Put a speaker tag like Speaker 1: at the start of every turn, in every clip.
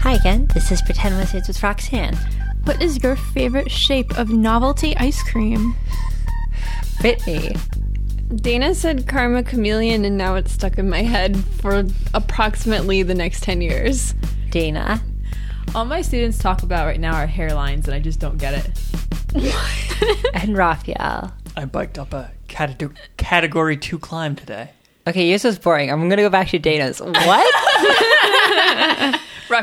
Speaker 1: Hi again, this is Pretend Wizards with Roxanne.
Speaker 2: What is your favorite shape of novelty ice cream?
Speaker 1: Brittany.
Speaker 3: Dana said karma chameleon, and now it's stuck in my head for approximately the next 10 years.
Speaker 1: Dana.
Speaker 4: All my students talk about right now are hairlines, and I just don't get it.
Speaker 1: And Raphael.
Speaker 5: I biked up a cate- category two climb today.
Speaker 1: Okay, yours was boring. I'm gonna go back to Dana's. What?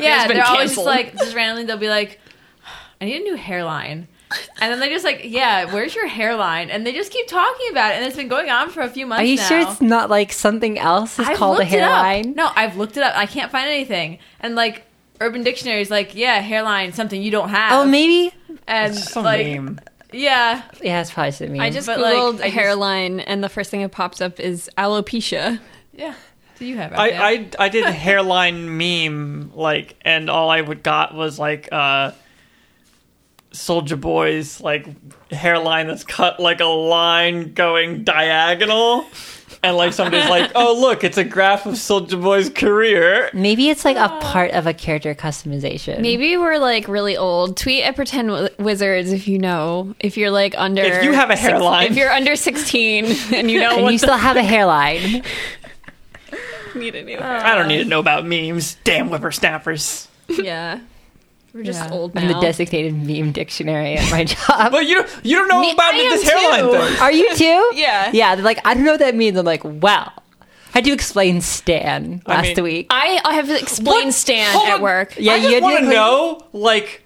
Speaker 4: yeah,
Speaker 3: been
Speaker 4: they're always just
Speaker 3: canceled.
Speaker 4: like, just randomly, they'll be like, I need a new hairline. And then they're just like, yeah, where's your hairline? And they just keep talking about it, and it's been going on for a few months
Speaker 1: Are you
Speaker 4: now.
Speaker 1: sure it's not like something else is
Speaker 4: I've
Speaker 1: called a
Speaker 4: looked it up.
Speaker 1: hairline?
Speaker 4: No, I've looked it up. I can't find anything. And like, Urban Dictionary is like, yeah, hairline, something you don't have.
Speaker 1: Oh, maybe.
Speaker 4: and
Speaker 5: It's some
Speaker 4: like,
Speaker 5: name.
Speaker 4: yeah,
Speaker 1: Yeah, it's probably something.
Speaker 3: I just
Speaker 4: But, like,
Speaker 3: googled
Speaker 4: I just-
Speaker 3: hairline, and the first thing that pops up is alopecia.
Speaker 4: yeah. Do you have? it?
Speaker 5: I, I I did hairline meme like, and all I would got was like uh, Soldier Boy's like hairline that's cut like a line going diagonal, and like somebody's like, oh look, it's a graph of Soldier Boy's career.
Speaker 1: maybe it's like a part of a character customization.
Speaker 3: Maybe we're like really old. Tweet at Pretend Wi- Wizards if you know. If you're like under.
Speaker 5: If you have a
Speaker 3: six-
Speaker 5: hairline.
Speaker 3: if you're under 16 and you know
Speaker 1: and
Speaker 3: what
Speaker 1: you
Speaker 3: the
Speaker 1: still have a hairline.
Speaker 3: need to
Speaker 4: Oh.
Speaker 3: do.
Speaker 5: I don't need to know about memes. Damn whippersnappers.
Speaker 3: yeah. We're just
Speaker 4: Yeah.
Speaker 3: old now.
Speaker 1: I'm the designated meme dictionary at my job.
Speaker 5: But you don't- you don't know
Speaker 3: Me-
Speaker 5: about
Speaker 3: I
Speaker 5: this
Speaker 3: am
Speaker 5: hairline
Speaker 3: too.
Speaker 5: thing.
Speaker 1: Are you too?
Speaker 3: Yeah.
Speaker 1: Yeah. They're like, I don't know what that means. I'm like, well, I do explain Stan last
Speaker 5: mean-
Speaker 1: week.
Speaker 3: I I have explained
Speaker 5: What?
Speaker 3: Stan
Speaker 5: Hold
Speaker 3: at
Speaker 5: on.
Speaker 3: work.
Speaker 1: Yeah,
Speaker 5: I
Speaker 1: you
Speaker 5: just want to
Speaker 1: did-
Speaker 5: know like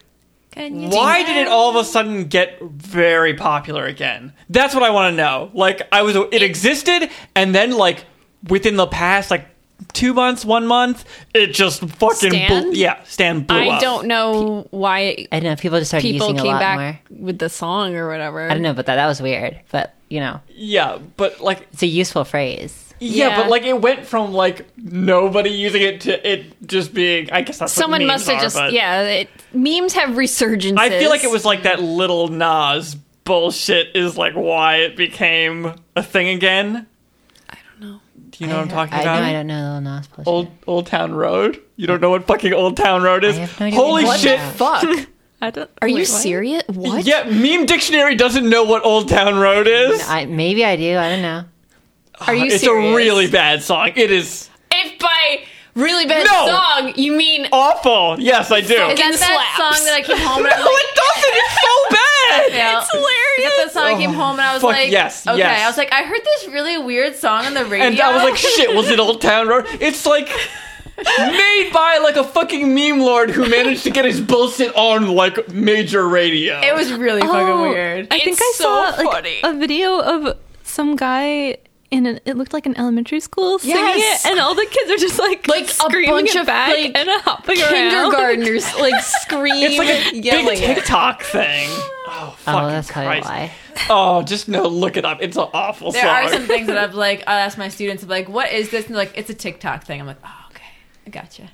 Speaker 3: Can you
Speaker 5: Why
Speaker 3: do
Speaker 5: did it all of a sudden get very popular again? That's what I want to know. Like I was it existed and then like within the past like 2 months, 1 month, it just fucking
Speaker 3: Stan?
Speaker 5: blew- yeah, Stan blew
Speaker 3: I
Speaker 5: up.
Speaker 3: don't know why
Speaker 1: I don't know. uh, People just started
Speaker 3: people
Speaker 1: using it a
Speaker 3: came
Speaker 1: lot
Speaker 3: back
Speaker 1: more.
Speaker 3: with the song or whatever.
Speaker 1: I don't know about that. That was weird. But, you know,
Speaker 5: Yeah, but like
Speaker 1: it's a useful phrase.
Speaker 5: yeah,
Speaker 3: Yeah.
Speaker 5: but like it went from like nobody using it to it just being I guess that's what
Speaker 3: Someone
Speaker 5: memes
Speaker 3: must have
Speaker 5: are,
Speaker 3: just
Speaker 5: but-
Speaker 3: yeah. It, memes have resurgences.
Speaker 5: I feel like it was like that little Nas bullshit is like why it became a thing again. I don't know. Do you know what I'm talking
Speaker 1: I,
Speaker 5: about?
Speaker 1: No, I don't know the Nas bullshit.
Speaker 5: Old Old Town Road. You don't know what fucking Old Town Road is?
Speaker 1: I have no idea
Speaker 5: Holy
Speaker 1: what
Speaker 5: shit!
Speaker 1: that
Speaker 3: fuck.
Speaker 4: I don't,
Speaker 3: Are you
Speaker 4: Wait, what?
Speaker 3: serious? What?
Speaker 5: Yeah, meme dictionary doesn't know what Old Town Road is.
Speaker 1: I, maybe I do. I don't know.
Speaker 3: Are you
Speaker 5: it's
Speaker 3: serious?
Speaker 5: a really bad song. It is
Speaker 3: If by really bad
Speaker 5: No!
Speaker 3: song you mean
Speaker 5: awful. Yes, I do.
Speaker 4: Is
Speaker 5: No,
Speaker 4: that that
Speaker 3: slaps.
Speaker 4: song that I came home and I was like,
Speaker 5: it doesn't. It's so bad.
Speaker 4: Yeah. It's
Speaker 3: hilarious.
Speaker 4: That's the song I came home and I was
Speaker 5: Oh, fuck,
Speaker 4: like,
Speaker 5: yes,
Speaker 4: okay.
Speaker 5: yes.
Speaker 4: I was like, I heard this really weird song on the radio.
Speaker 5: And I was like, shit, was it Old Town Road? It's like made by like a fucking meme lord who managed to get his bullshit on like major radio.
Speaker 4: it was really fucking
Speaker 3: Oh,
Speaker 4: weird.
Speaker 2: Oh, I think
Speaker 3: It's
Speaker 2: I
Speaker 3: so
Speaker 2: saw like,
Speaker 3: funny.
Speaker 2: a video of some guy in an, it looked like an elementary school singing
Speaker 3: Yes.
Speaker 2: it, and all the kids are just like
Speaker 3: Like a
Speaker 2: screaming
Speaker 3: bunch
Speaker 2: it
Speaker 3: of,
Speaker 2: back
Speaker 3: like,
Speaker 2: and hopping around.
Speaker 3: kindergartners like scream
Speaker 5: It's like a
Speaker 3: yelling.
Speaker 5: big TikTok thing. Oh, fucking
Speaker 1: Oh, that's probably
Speaker 5: Christ.
Speaker 1: why.
Speaker 5: Oh, just no, look it up. It's an awful
Speaker 4: There
Speaker 5: song.
Speaker 4: are some things that I've like, I'll ask my students, I'm like, what is this? And they're like, it's a TikTok thing. I'm like, oh, okay. I gotcha.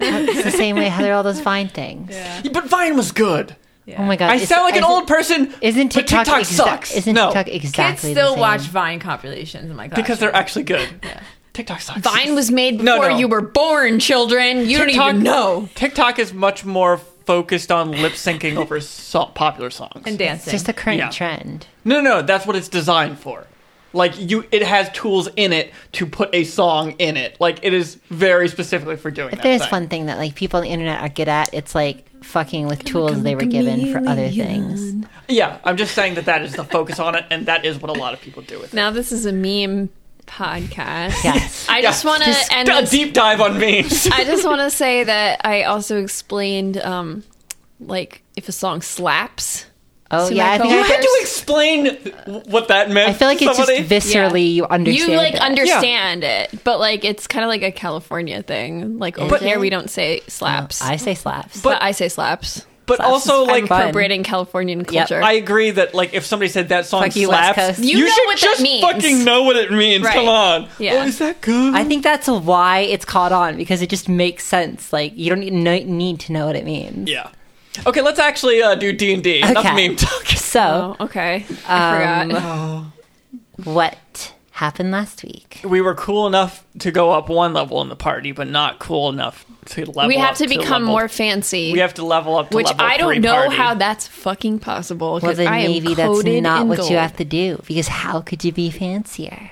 Speaker 1: It's the same way how they're all those Vine things.
Speaker 5: But Vine was good.
Speaker 1: Oh my God.
Speaker 5: I
Speaker 1: Is-
Speaker 5: sound like an
Speaker 1: isn't-
Speaker 5: old person.
Speaker 1: Isn't
Speaker 5: but
Speaker 1: TikTok,
Speaker 5: TikTok
Speaker 1: exa-
Speaker 5: sucks?
Speaker 1: Isn't
Speaker 5: no,
Speaker 1: TikTok
Speaker 4: Kids
Speaker 1: exactly the
Speaker 4: still
Speaker 1: same?
Speaker 4: watch Vine compilations. I'm like,
Speaker 5: because they're actually good. TikTok sucks.
Speaker 3: Vine was made
Speaker 5: No,
Speaker 3: before
Speaker 5: no.
Speaker 3: you were born, children. You don't even know.
Speaker 5: TikTok is much more focused on lip syncing over so- popular songs.
Speaker 4: and dancing.
Speaker 1: It's just the current
Speaker 5: Yeah.
Speaker 1: trend.
Speaker 5: no, no, no, that's what it's designed for. Like you, it has tools in it to put a song in it. Like it is very specifically for doing
Speaker 1: If
Speaker 5: that.
Speaker 1: there's
Speaker 5: thing.
Speaker 1: one thing that like people on the internet are good at, it's like fucking with tools they were given for other things.
Speaker 5: Yeah, I'm just saying that that is the focus on it, and that is what a lot of people do with it.
Speaker 3: Now this is a meme podcast.
Speaker 1: Yes.
Speaker 3: I just want to end
Speaker 5: a
Speaker 3: this.
Speaker 5: deep dive on memes.
Speaker 3: I just want to say that I also explained, um, like if a song slaps.
Speaker 1: Oh
Speaker 3: See
Speaker 1: yeah,
Speaker 3: my
Speaker 1: I think
Speaker 3: phone?
Speaker 1: I,
Speaker 5: You had to explain what that meant.
Speaker 1: I feel like
Speaker 5: to
Speaker 1: it's just
Speaker 5: somebody.
Speaker 1: viscerally
Speaker 3: Yeah.
Speaker 1: you understand.
Speaker 3: You like
Speaker 1: it.
Speaker 3: understand it, but like it's kind of like a California thing. Like over
Speaker 1: But-
Speaker 3: there, we don't say slaps,
Speaker 1: I say slaps.
Speaker 3: but, I say slaps.
Speaker 5: But also,
Speaker 3: I'm
Speaker 5: like,
Speaker 1: fun.
Speaker 3: appropriating Californian culture.
Speaker 5: I agree that like if somebody said that song
Speaker 1: Fuck you, West
Speaker 5: slaps,
Speaker 1: Coast.
Speaker 3: You know
Speaker 5: should
Speaker 3: what that
Speaker 5: just
Speaker 3: means.
Speaker 5: fucking know what it means.
Speaker 3: Right.
Speaker 5: Come on.
Speaker 3: Yeah.
Speaker 5: Oh, is that good?
Speaker 1: I think that's why it's caught on because it just makes sense. Like you don't need, no, need to know what it means.
Speaker 5: yeah. Okay, let's actually uh, do D and D. Enough
Speaker 1: Okay.
Speaker 4: Oh,
Speaker 5: meme talk.
Speaker 1: So
Speaker 3: oh, okay. I forgot.
Speaker 1: what happened last week.
Speaker 5: We were cool enough to go up one level in the party, but not cool enough to level.
Speaker 3: we
Speaker 5: up
Speaker 3: have to become
Speaker 5: level-
Speaker 3: more fancy.
Speaker 5: We have to level up to
Speaker 3: which
Speaker 5: level
Speaker 3: I don't
Speaker 5: three
Speaker 3: know
Speaker 5: party.
Speaker 3: how that's fucking possible.
Speaker 1: Well,
Speaker 3: 'cause
Speaker 1: then
Speaker 3: I am
Speaker 1: maybe that's
Speaker 3: coated
Speaker 1: not
Speaker 3: in
Speaker 1: what
Speaker 3: gold.
Speaker 1: you have to do because how could you be fancier?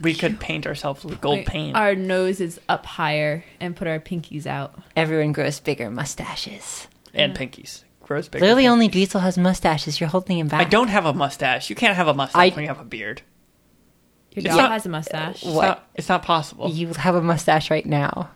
Speaker 5: we could paint ourselves with gold paint.
Speaker 4: Our nose is up higher and put our pinkies out.
Speaker 1: Everyone grows bigger mustaches.
Speaker 5: and pinkies. Gross big.
Speaker 1: Literally, only Diesel has mustaches. You're holding him
Speaker 5: I
Speaker 1: back.
Speaker 5: don't have a mustache. You can't have a mustache
Speaker 1: I-
Speaker 5: when you have a beard.
Speaker 4: Your
Speaker 5: It's
Speaker 4: dog
Speaker 5: not-
Speaker 4: has a mustache.
Speaker 5: It's
Speaker 1: What?
Speaker 5: not, it's not possible.
Speaker 1: You have a mustache right now.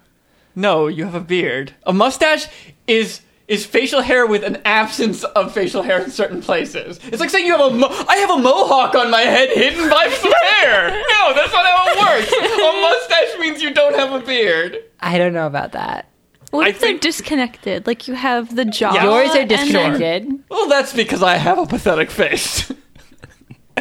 Speaker 5: No, you have a beard. A mustache is is facial hair with an absence of facial hair in certain places. It's like saying you have a mo- I have a mohawk on my head hidden by some hair. No, that's not how it works. A mustache means you don't have a beard.
Speaker 1: I don't know about that.
Speaker 2: What
Speaker 5: I
Speaker 2: if they're
Speaker 5: think-
Speaker 2: disconnected? Like you have the jaw.
Speaker 5: Yeah.
Speaker 1: Yours are
Speaker 2: and then-
Speaker 1: disconnected.
Speaker 5: Well, that's because I have a pathetic face.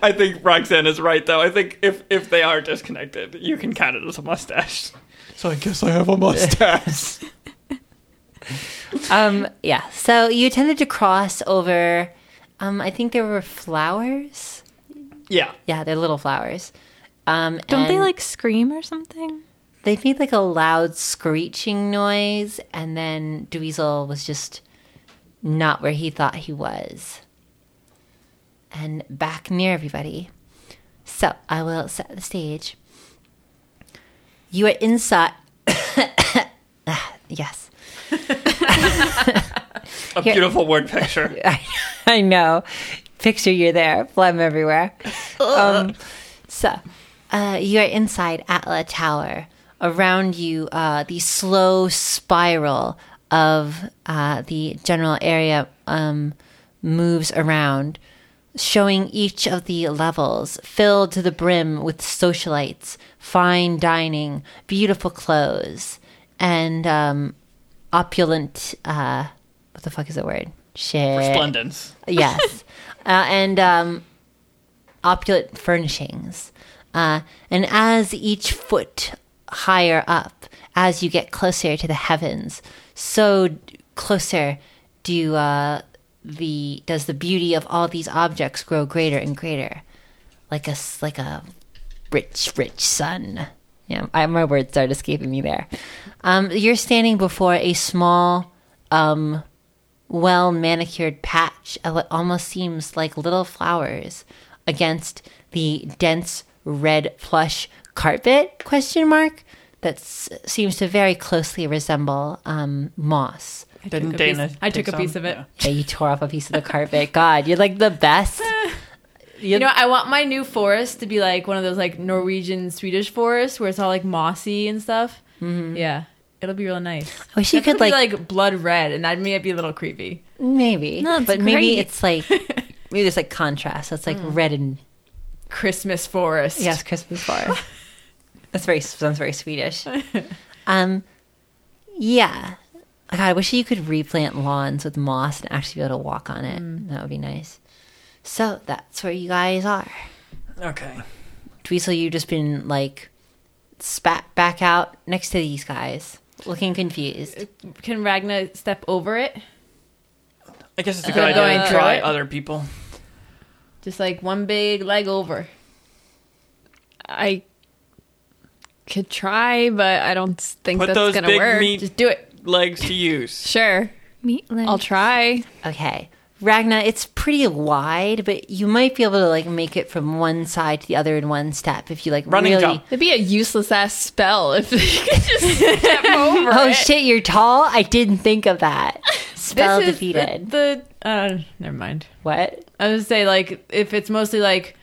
Speaker 5: I think Roxanne is right though. I think if if they are disconnected, you can count it as a mustache. So I guess I have a mustache.
Speaker 1: Um, yeah. So you tended to cross over. Um, I think there were flowers.
Speaker 5: yeah.
Speaker 1: Yeah, they're little flowers. Um,
Speaker 2: Don't they
Speaker 1: and
Speaker 2: like scream or something?
Speaker 1: They made like a loud screeching noise, and then Dweezil was just not where he thought he was, and back near everybody. So I will set the stage. You are inside. Ah, yes.
Speaker 5: A beautiful word picture.
Speaker 1: I know. Picture you there, phlegm everywhere. Um, so, uh, you are inside Atla Tower. Around you, uh, the slow spiral of uh, the general area um, moves around, showing each of the levels filled to the brim with socialites, fine dining, beautiful clothes, and um, opulent. Uh, what the fuck is the word? Shit.
Speaker 5: Resplendence.
Speaker 1: Yes. uh, and um, opulent furnishings. Uh, and as each foot higher up, as you get closer to the heavens, so d- closer do uh, the does the beauty of all these objects grow greater and greater, like a s- like a rich, rich sun. Yeah, I, my words start escaping me there. Um, you're standing before a small, um, well manicured patch of what almost seems like little flowers against the dense red plush carpet question mark that s- seems to very closely resemble um, moss.
Speaker 4: I
Speaker 5: Didn't
Speaker 4: took a
Speaker 5: Dana
Speaker 4: piece, I
Speaker 5: take
Speaker 4: took a
Speaker 5: some?
Speaker 4: piece of it.
Speaker 5: Yeah.
Speaker 1: Yeah, you tore off a piece of the carpet. God, you're like the best.
Speaker 4: You know, I want my new forest to be like one of those like Norwegian Swedish forests where it's all like mossy and stuff. Yeah, it'll be real nice.
Speaker 1: Mm-hmm. I wish you could,
Speaker 4: That's gonna
Speaker 1: like-
Speaker 4: be like blood red, and that may be a little creepy.
Speaker 1: Maybe,
Speaker 2: No, it's
Speaker 1: but maybe
Speaker 2: great.
Speaker 1: it's like maybe there's like contrast. That's like red and
Speaker 4: Christmas forest.
Speaker 1: Yes, Christmas forest. That's very sounds very Swedish. Um, yeah. God, I wish you could replant lawns with moss and actually be able to walk on it. That would be nice. So that's where you guys are.
Speaker 5: Okay.
Speaker 1: Dweezil, you've just been like spat back out next to these guys, looking confused.
Speaker 4: Can Ragna step over it?
Speaker 5: I guess it's a good
Speaker 4: Uh,
Speaker 5: idea
Speaker 4: going
Speaker 5: to
Speaker 4: through
Speaker 5: try
Speaker 4: it.
Speaker 5: other people.
Speaker 4: Just like one big leg over.
Speaker 3: I could try, but I don't think
Speaker 5: Put
Speaker 3: that's
Speaker 5: those
Speaker 3: gonna
Speaker 5: big
Speaker 3: work.
Speaker 5: meat
Speaker 4: Just do it.
Speaker 5: legs to use.
Speaker 3: Sure,
Speaker 2: Meat legs.
Speaker 3: I'll try.
Speaker 1: Okay. Ragna, it's pretty wide, but you might be able to like make it from one side to the other in one step if you like
Speaker 5: Running
Speaker 1: really
Speaker 5: jump.
Speaker 3: It'd be a useless ass spell if they could just step over.
Speaker 1: Oh
Speaker 3: it.
Speaker 1: shit, you're tall? I didn't think of that. Spell
Speaker 4: This is
Speaker 1: defeated.
Speaker 4: The, the uh, never mind.
Speaker 1: what?
Speaker 4: I was gonna say like if it's mostly like,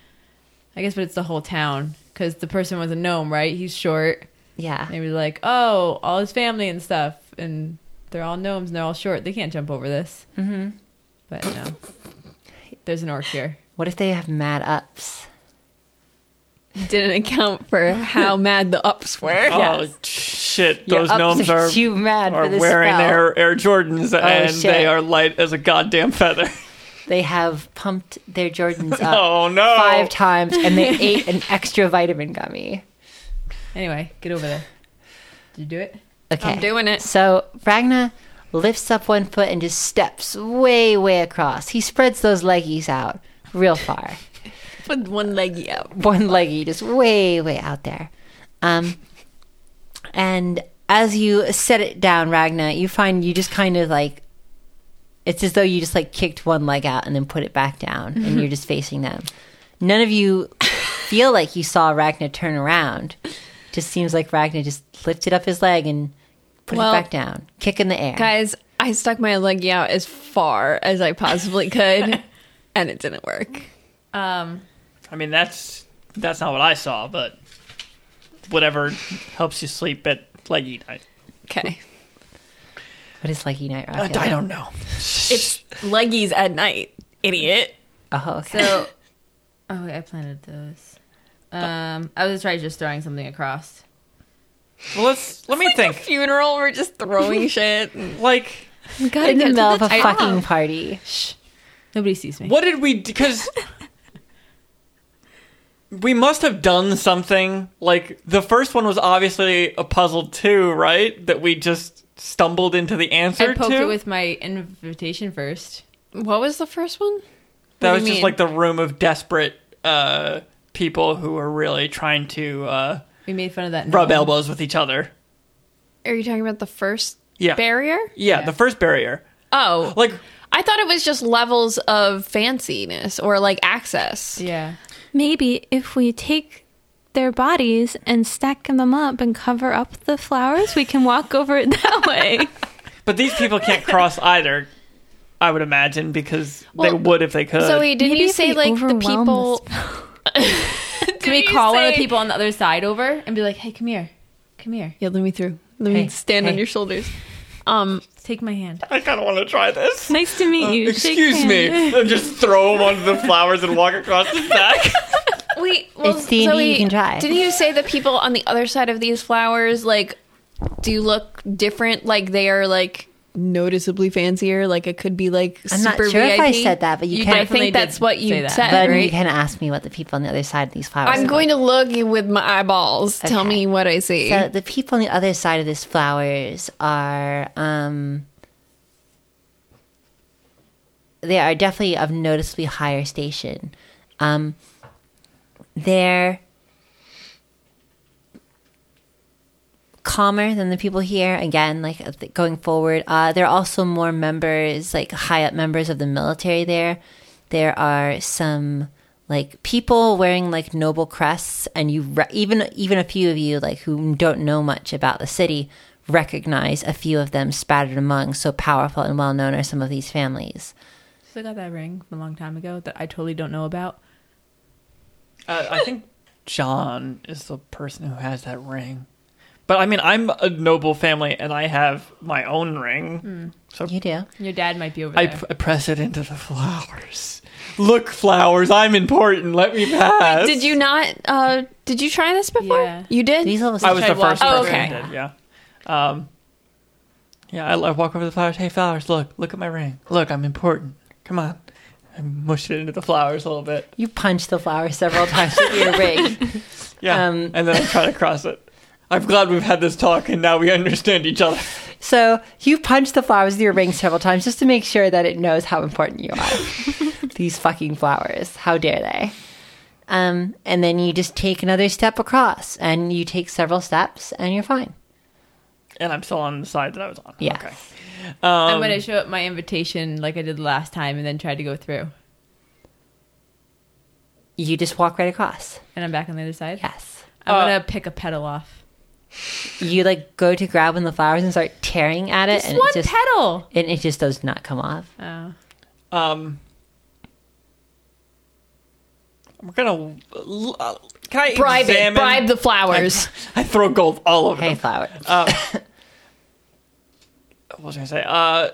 Speaker 4: I guess, but it's the whole town because the person was a gnome, right? He's short.
Speaker 1: Yeah.
Speaker 4: Maybe like, oh, all his family and stuff, and they're all gnomes and they're all short. They can't jump over this. Mm-hmm. But no, there's an orc here.
Speaker 1: What if they have mad ups?
Speaker 3: Didn't account for how mad the ups were.
Speaker 5: Oh shit!
Speaker 1: Your
Speaker 5: Those
Speaker 1: ups
Speaker 5: gnomes are
Speaker 1: too mad
Speaker 5: are
Speaker 1: for this
Speaker 5: wearing
Speaker 1: spell.
Speaker 5: Air Air Jordans and
Speaker 1: shit.
Speaker 5: they are light as a goddamn feather.
Speaker 1: They have pumped their Jordans up
Speaker 5: oh no!
Speaker 1: Uh, five times and they ate an extra vitamin gummy.
Speaker 4: Anyway, get over there. Did you do it?
Speaker 1: Okay.
Speaker 3: I'm doing it.
Speaker 1: So Ragna lifts up one foot and just steps way, way across. He spreads those leggies out real far.
Speaker 3: with one leg out.
Speaker 1: one leggy, just way, way out there. Um, and as you set it down, Ragna, you find you just kind of like it's as though you just like kicked one leg out and then put it back down, and you're just facing them. None of you feel like you saw Ragna turn around. Just seems like Ragna just lifted up his leg and put
Speaker 3: Well,
Speaker 1: it back down, kick in the air.
Speaker 3: Guys, I stuck my leg out as far as I possibly could, and it didn't work.
Speaker 4: Um,
Speaker 5: I mean, that's that's not what I saw, but whatever helps you sleep at leggy night.
Speaker 3: Okay.
Speaker 1: what is leggy night?
Speaker 3: Uh,
Speaker 5: I,
Speaker 1: Ragna?
Speaker 5: I don't know.
Speaker 3: It's leggies at night, idiot.
Speaker 1: Oh, okay.
Speaker 4: so, oh, wait, I planted those. Um, I was right, just throwing something across.
Speaker 5: Well, let's let me think.
Speaker 3: Funeral, we're just throwing shit.
Speaker 5: Like,
Speaker 1: in the middle of a
Speaker 3: top.
Speaker 1: fucking party.
Speaker 4: Nobody sees me.
Speaker 5: what did we? Because we must have done something. Like the first one was obviously a puzzle too, right? That we just stumbled into the answer
Speaker 4: I poked
Speaker 5: to.
Speaker 4: it with my invitation first.
Speaker 3: What was the first one?
Speaker 5: that
Speaker 3: What do
Speaker 5: was
Speaker 3: you
Speaker 5: just
Speaker 3: mean?
Speaker 5: like the room of desperate uh, people who were really trying to uh,
Speaker 4: We made fun of that.
Speaker 5: rub
Speaker 4: gnome.
Speaker 5: elbows with each other.
Speaker 3: Are you talking about the first
Speaker 5: Yeah.
Speaker 3: barrier?
Speaker 5: Yeah,
Speaker 4: Yeah.
Speaker 5: the first barrier.
Speaker 3: Oh,
Speaker 5: Like
Speaker 3: I thought it was just levels of fanciness or like access.
Speaker 4: Yeah.
Speaker 2: Maybe if we take their bodies and stack them up and cover up the flowers, we can walk over it that way.
Speaker 5: But these people can't cross either, I would imagine, because they
Speaker 3: Well,
Speaker 5: would if they could.
Speaker 3: So wait, didn't
Speaker 2: Maybe
Speaker 3: you
Speaker 2: if
Speaker 3: say
Speaker 2: we
Speaker 3: like the
Speaker 2: overwhelm
Speaker 3: people?
Speaker 4: Can we call one of the people on the other side over and be like, "Hey, come here, come here,
Speaker 3: Yeah, let me through. Let
Speaker 1: Hey,
Speaker 3: me stand
Speaker 1: hey.
Speaker 3: on your shoulders. Um,
Speaker 4: take my hand."
Speaker 5: I kind of want to try this. Uh,
Speaker 2: nice to meet you. Shake
Speaker 5: Excuse me.
Speaker 2: hands.
Speaker 5: And just throw them onto the flowers and walk across the back.
Speaker 3: wait, well,
Speaker 1: It's D&D,
Speaker 3: so
Speaker 1: you
Speaker 3: wait,
Speaker 1: can try.
Speaker 3: Didn't you say the people on the other side of these flowers like do look different? Like they are like noticeably fancier. Like it could be like
Speaker 1: I'm not
Speaker 3: super
Speaker 1: sure if
Speaker 3: VIP.
Speaker 1: I said that, but you can-
Speaker 3: I
Speaker 4: Definitely
Speaker 3: think that's
Speaker 4: did
Speaker 3: what you
Speaker 4: say that.
Speaker 3: said,
Speaker 1: But you
Speaker 3: right?
Speaker 1: kind of asked me what the people on the other side of these flowers.
Speaker 3: I'm
Speaker 1: look
Speaker 3: going to look you with my eyeballs. Tell
Speaker 1: Okay.
Speaker 3: me what I see.
Speaker 1: So the people on the other side of these flowers are um they are definitely of noticeably higher station. Um they're calmer than the people here again like uh, th- going forward uh there are also more members like high up members of the military there there are some like people wearing like noble crests and you re- even even a few of you like who don't know much about the city recognize a few of them spattered among so powerful and well known are some of these families
Speaker 4: Still got that ring from a long time ago that I totally don't know about.
Speaker 5: Uh, I think John is the person who has that ring. But I mean, I'm a noble family and I have my own ring.
Speaker 2: Hmm.
Speaker 5: So
Speaker 1: you do
Speaker 4: Your dad might be over
Speaker 5: I
Speaker 4: there.
Speaker 5: p- press it into the flowers. Look, flowers, I'm important. Let me pass.
Speaker 3: Did you not? Uh, did you try this before?
Speaker 4: Yeah.
Speaker 3: You did.
Speaker 1: these levels
Speaker 5: I was
Speaker 4: Tried
Speaker 5: the Oh, first
Speaker 4: walking
Speaker 5: person.
Speaker 3: through.
Speaker 5: who did, yeah. Um, yeah, I, I walk over the flowers. Hey, flowers, look, look at my ring. Look, I'm important. Come on. I mushed it into the flowers a little bit.
Speaker 1: you punch the flower several times with your ring
Speaker 5: Yeah.
Speaker 1: Um,
Speaker 5: and then I try to cross it. I'm glad we've had this talk and now we understand each other.
Speaker 1: So you punch the flowers with your ring several times just to make sure that it knows how important you are. These fucking flowers. How dare they? Um, and then you just take another step across and you take several steps and you're fine.
Speaker 5: And I'm still on the side that I was on.
Speaker 1: Yeah.
Speaker 5: Okay.
Speaker 4: I'm gonna
Speaker 5: um,
Speaker 4: show up my invitation like I did last time, and then try to go through.
Speaker 1: You just walk right across.
Speaker 4: And I'm back on the other side.
Speaker 1: Yes.
Speaker 4: I'm
Speaker 5: Uh,
Speaker 4: gonna pick a petal off.
Speaker 1: You like go to grab one of the flowers and start tearing at it
Speaker 4: Just
Speaker 1: and
Speaker 4: one
Speaker 1: it just
Speaker 4: petal.
Speaker 1: and it just does not come off.
Speaker 4: Oh.
Speaker 5: Um, I'm gonna. uh, Can I
Speaker 3: bribe
Speaker 5: examine?
Speaker 3: it. Bribe the flowers.
Speaker 5: I throw gold all over
Speaker 1: Hey
Speaker 5: them.
Speaker 1: flower.
Speaker 5: what was I gonna say? Uh,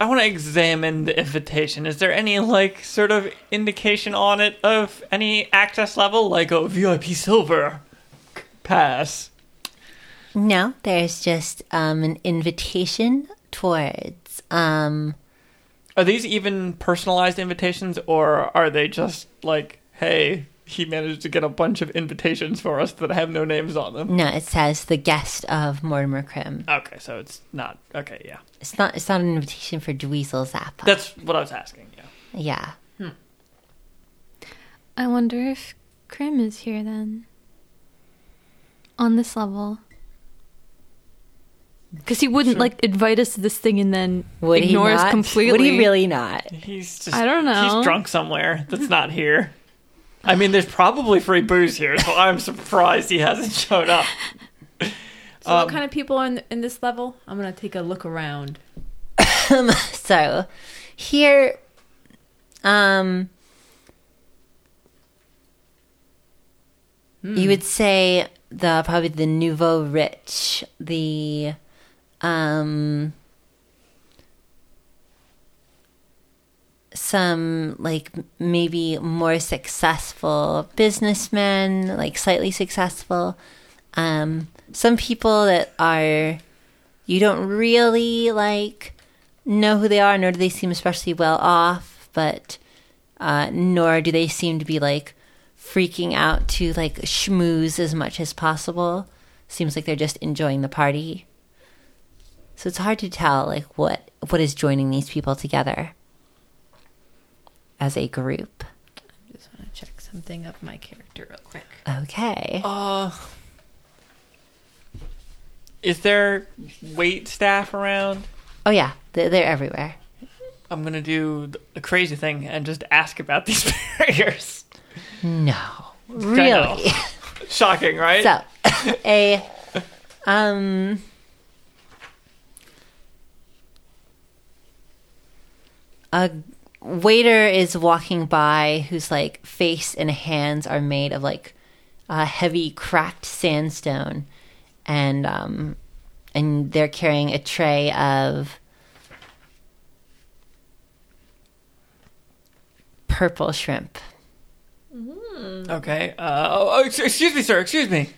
Speaker 5: I want to examine the invitation. Is there any like sort of indication on it of any access level, like a VIP silver pass?
Speaker 1: No, there's just um, an invitation towards um,
Speaker 5: Are these even personalized invitations, or are they just like, hey, he managed to get a bunch of invitations for us that have no names on them?
Speaker 1: No, it says the guest of Mortimer Crim.
Speaker 5: Okay, so it's not okay. Yeah,
Speaker 1: It's not. It's not an invitation for Dweezil Zappa.
Speaker 5: that's what I was asking. Yeah.
Speaker 1: yeah.
Speaker 2: I wonder if Krim is here then. On this level. Because he wouldn't like invite us to this thing and then
Speaker 1: Would
Speaker 2: ignore
Speaker 1: he
Speaker 2: us
Speaker 1: not?
Speaker 2: completely.
Speaker 1: Would he really not?
Speaker 5: He's just
Speaker 2: I don't know.
Speaker 5: He's drunk somewhere that's not here. I mean, there's probably free booze here, so I'm surprised he hasn't showed up.
Speaker 4: So
Speaker 1: Um,
Speaker 4: what kind of people are in, in this level? I'm gonna take a look around.
Speaker 1: So here, um, you would say the probably the nouveau rich, the um, some like m- maybe more successful businessmen, like slightly successful. Um, some people that are you don't really like know who they are, nor do they seem especially well off, but uh, nor do they seem to be like freaking out to like schmooze as much as possible. Seems like they're just enjoying the party. So it's hard to tell like what what is joining these people together as a group.
Speaker 4: Just wanna check something up my character real quick.
Speaker 1: Okay.
Speaker 5: Uh, is there wait staff around?
Speaker 1: Oh yeah, they're, they're everywhere.
Speaker 5: I'm gonna do a crazy thing and just ask about these barriers.
Speaker 1: No,
Speaker 5: know.
Speaker 1: really.
Speaker 5: Shocking, right?
Speaker 1: So, a um a waiter is walking by whose like face and hands are made of like a heavy cracked sandstone and um and they're carrying a tray of purple shrimp.
Speaker 5: Okay. Uh, oh, oh, ex- excuse me, sir. Excuse me.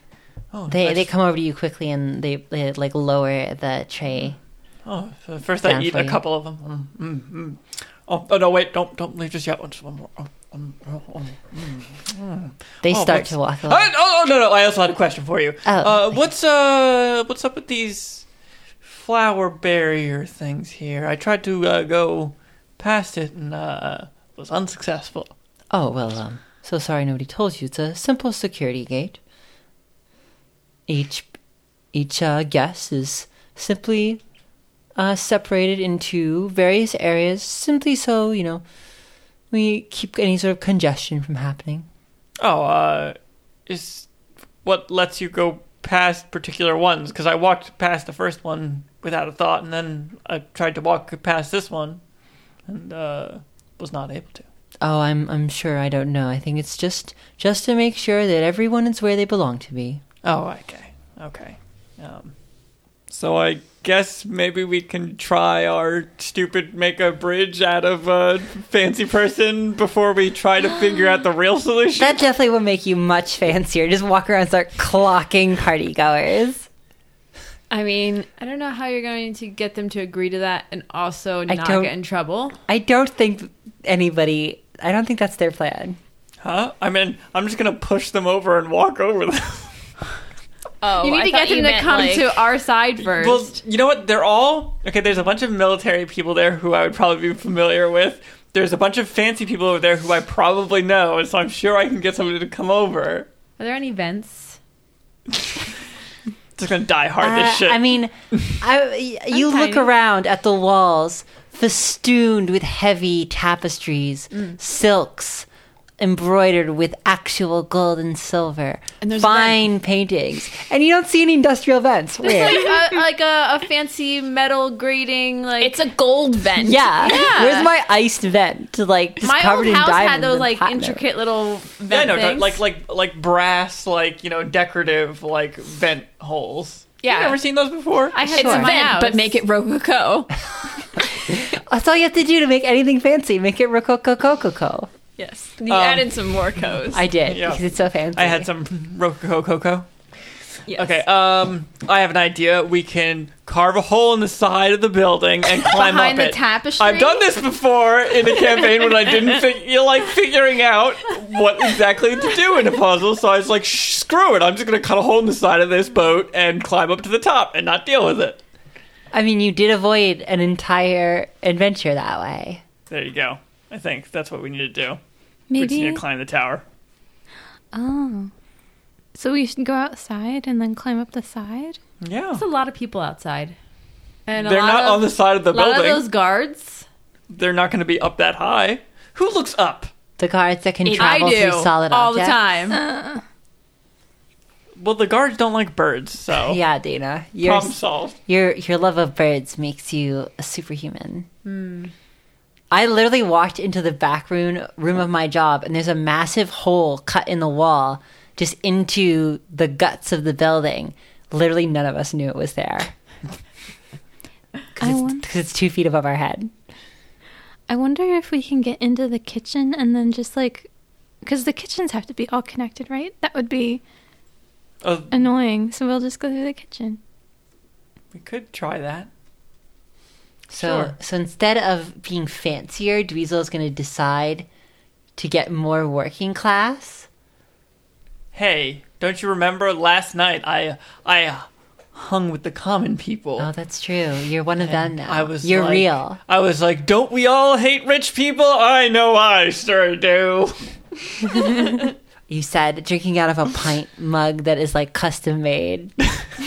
Speaker 5: Oh,
Speaker 1: They
Speaker 5: I
Speaker 1: they
Speaker 5: just-
Speaker 1: come over to you quickly and they, they like lower the tray.
Speaker 5: oh, so first
Speaker 1: down
Speaker 5: I eat
Speaker 1: for
Speaker 5: a
Speaker 1: you.
Speaker 5: couple of them. Mm, mm, mm. Oh, oh, no, wait! Don't don't leave just yet. Just one more. Oh, um, oh, oh.
Speaker 1: They
Speaker 5: Oh,
Speaker 1: start
Speaker 5: what's-
Speaker 1: to walk
Speaker 5: Uh,
Speaker 1: away.
Speaker 5: oh, oh, no, no! I also had a question for you.
Speaker 1: Oh,
Speaker 5: uh,
Speaker 1: okay.
Speaker 5: what's uh, what's up with these flower barrier things here? I tried to uh, go past it and uh, was unsuccessful.
Speaker 1: Oh, well, um, so sorry nobody told you. It's a simple security gate. Each each uh, guest is simply uh, separated into various areas, simply so, you know, we keep any sort of congestion from happening.
Speaker 5: Oh, uh, is what lets you go past particular ones? Because I walked past the first one without a thought, and then I tried to walk past this one, and uh, was not able to.
Speaker 1: Oh, I'm I'm sure I don't know. I think it's just just to make sure that everyone is where they belong to be.
Speaker 5: Oh, okay, okay. Um, so I guess maybe we can try our stupid make a bridge out of a fancy person before we try to figure out the real solution.
Speaker 1: That definitely will make you much fancier. Just walk around and start clocking party goers.
Speaker 4: I mean, I don't know how you're going to get them to agree to that and also not
Speaker 1: don't-
Speaker 4: get in trouble.
Speaker 1: I don't think anybody. I don't think that's their plan.
Speaker 5: Huh? I mean, I'm just gonna push them over and walk over them.
Speaker 3: Oh,
Speaker 4: you need
Speaker 3: I
Speaker 4: to
Speaker 3: thought
Speaker 4: get
Speaker 3: you
Speaker 4: them to
Speaker 3: meant,
Speaker 4: come
Speaker 3: like-
Speaker 4: to our side first.
Speaker 5: Well, you know what? They're all okay. There's a bunch of military people there who I would probably be familiar with. There's a bunch of fancy people over there who I probably know, and so I'm sure I can get somebody to come over.
Speaker 4: Are there any vents?
Speaker 5: Just gonna die hard
Speaker 1: Uh,
Speaker 5: this shit.
Speaker 1: I mean, I, y- you look
Speaker 4: tiny.
Speaker 1: around at the walls festooned with heavy tapestries, silks embroidered with actual gold and silver,
Speaker 3: there's
Speaker 1: fine paintings, and you don't see any industrial vents. Weird.
Speaker 4: a, Uh, like a, a fancy metal grating, like
Speaker 3: It's a gold vent.
Speaker 1: Yeah.
Speaker 4: Yeah.
Speaker 1: where's my iced vent? Like just
Speaker 4: my
Speaker 1: covered
Speaker 4: old house
Speaker 1: in diamonds
Speaker 4: had those
Speaker 1: and
Speaker 4: like
Speaker 1: platinum.
Speaker 4: intricate little
Speaker 5: yeah,
Speaker 4: vent
Speaker 5: no, no,
Speaker 4: things.
Speaker 5: like like like brass, like you know, decorative, like vent holes.
Speaker 3: Yeah.
Speaker 5: You've never seen those before.
Speaker 4: I had
Speaker 3: It's
Speaker 1: Sure.
Speaker 3: a
Speaker 4: my
Speaker 3: vent,
Speaker 4: house.
Speaker 3: but make it rococo.
Speaker 1: That's all you have to do to make anything fancy. Make it rococo coco.
Speaker 3: yes. You
Speaker 4: Um,
Speaker 3: added some more co's.
Speaker 1: I did
Speaker 5: Yeah.
Speaker 1: because it's so fancy.
Speaker 5: I had some rococo cocoa.
Speaker 3: Yes.
Speaker 5: Okay, um, I have an idea. We can carve a hole in the side of the building and climb
Speaker 4: Behind
Speaker 5: up
Speaker 4: the
Speaker 5: it.
Speaker 4: tapestry?
Speaker 5: I've done this before in a campaign when I didn't fig- you like figuring out what exactly to do in a puzzle. So I was like, Shh, screw it. I'm just gonna cut a hole in the side of this boat and climb up to the top and not deal with it.
Speaker 1: I mean, you did avoid an entire adventure that way.
Speaker 5: There you go. I think that's what we need to do. We just need
Speaker 2: Maybe.
Speaker 5: to climb the tower.
Speaker 2: Oh. So we should go outside and then climb up the side?
Speaker 5: Yeah.
Speaker 4: There's a lot of people outside, and a
Speaker 5: They're
Speaker 4: lot
Speaker 5: not
Speaker 4: of,
Speaker 5: on the side of the
Speaker 4: a lot of
Speaker 5: building.
Speaker 4: those guards.
Speaker 5: They're not going to be up that high. Who looks up?
Speaker 1: The guards that can
Speaker 4: I
Speaker 1: travel
Speaker 4: do
Speaker 1: through solid
Speaker 4: all
Speaker 1: objects.
Speaker 4: the time.
Speaker 5: Well, the guards don't like birds, so
Speaker 1: Yeah, Dana. Your,
Speaker 5: problem solved.
Speaker 1: your your love of birds makes you a superhuman.
Speaker 4: Hmm.
Speaker 1: I literally walked into the back room room of my job, and there's a massive hole cut in the wall, just into the guts of the building. Literally, none of us knew it was there
Speaker 2: I,
Speaker 1: because
Speaker 2: won-
Speaker 1: it's, 'cause it's two feet above our head.
Speaker 2: I wonder if we can get into the kitchen and then just like. Because the kitchens have to be all connected, right? That would be
Speaker 5: Uh,
Speaker 2: annoying. So we'll just go through the kitchen.
Speaker 5: we could try that.
Speaker 1: So,
Speaker 5: Sure.
Speaker 1: so instead of being fancier, Dweezil's going to decide to get more working class.
Speaker 5: Hey, don't you remember last night? I I hung with the common people.
Speaker 1: Oh, that's true. You're one of them now.
Speaker 5: I was
Speaker 1: You're
Speaker 5: like-
Speaker 1: real.
Speaker 5: I was like, don't we all hate rich people? I know I sure do.
Speaker 1: You said drinking out of a pint mug that is like custom made.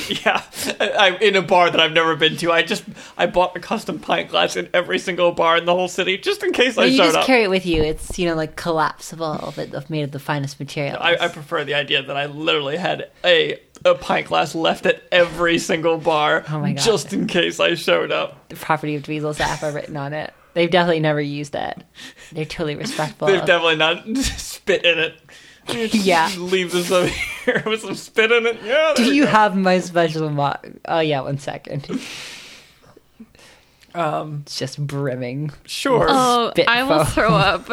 Speaker 5: Yeah, I, in a bar that I've never been to. I just I bought a custom pint glass in every single bar in the whole city, just in case I
Speaker 1: you
Speaker 5: showed
Speaker 1: just
Speaker 5: up.
Speaker 1: carry it with you. It's you know like collapsible, but of- made of the finest materials.
Speaker 5: I, I prefer the idea that I literally had a a pint glass left at every single bar,
Speaker 1: Oh my God.
Speaker 5: just in case I showed up.
Speaker 1: the property of Dweezil's Zappa written on it. They've definitely never used it. They're totally respectful.
Speaker 5: They've definitely not spit in it.
Speaker 1: Yeah.
Speaker 5: leave this over here with some spit in it. Yeah, there
Speaker 1: Do
Speaker 5: we
Speaker 1: you
Speaker 5: go.
Speaker 1: have my special mug? Oh yeah, one second.
Speaker 5: Um,
Speaker 1: It's just brimming.
Speaker 5: sure.
Speaker 2: Oh,
Speaker 1: Spit
Speaker 2: I will
Speaker 1: foam.
Speaker 2: throw up.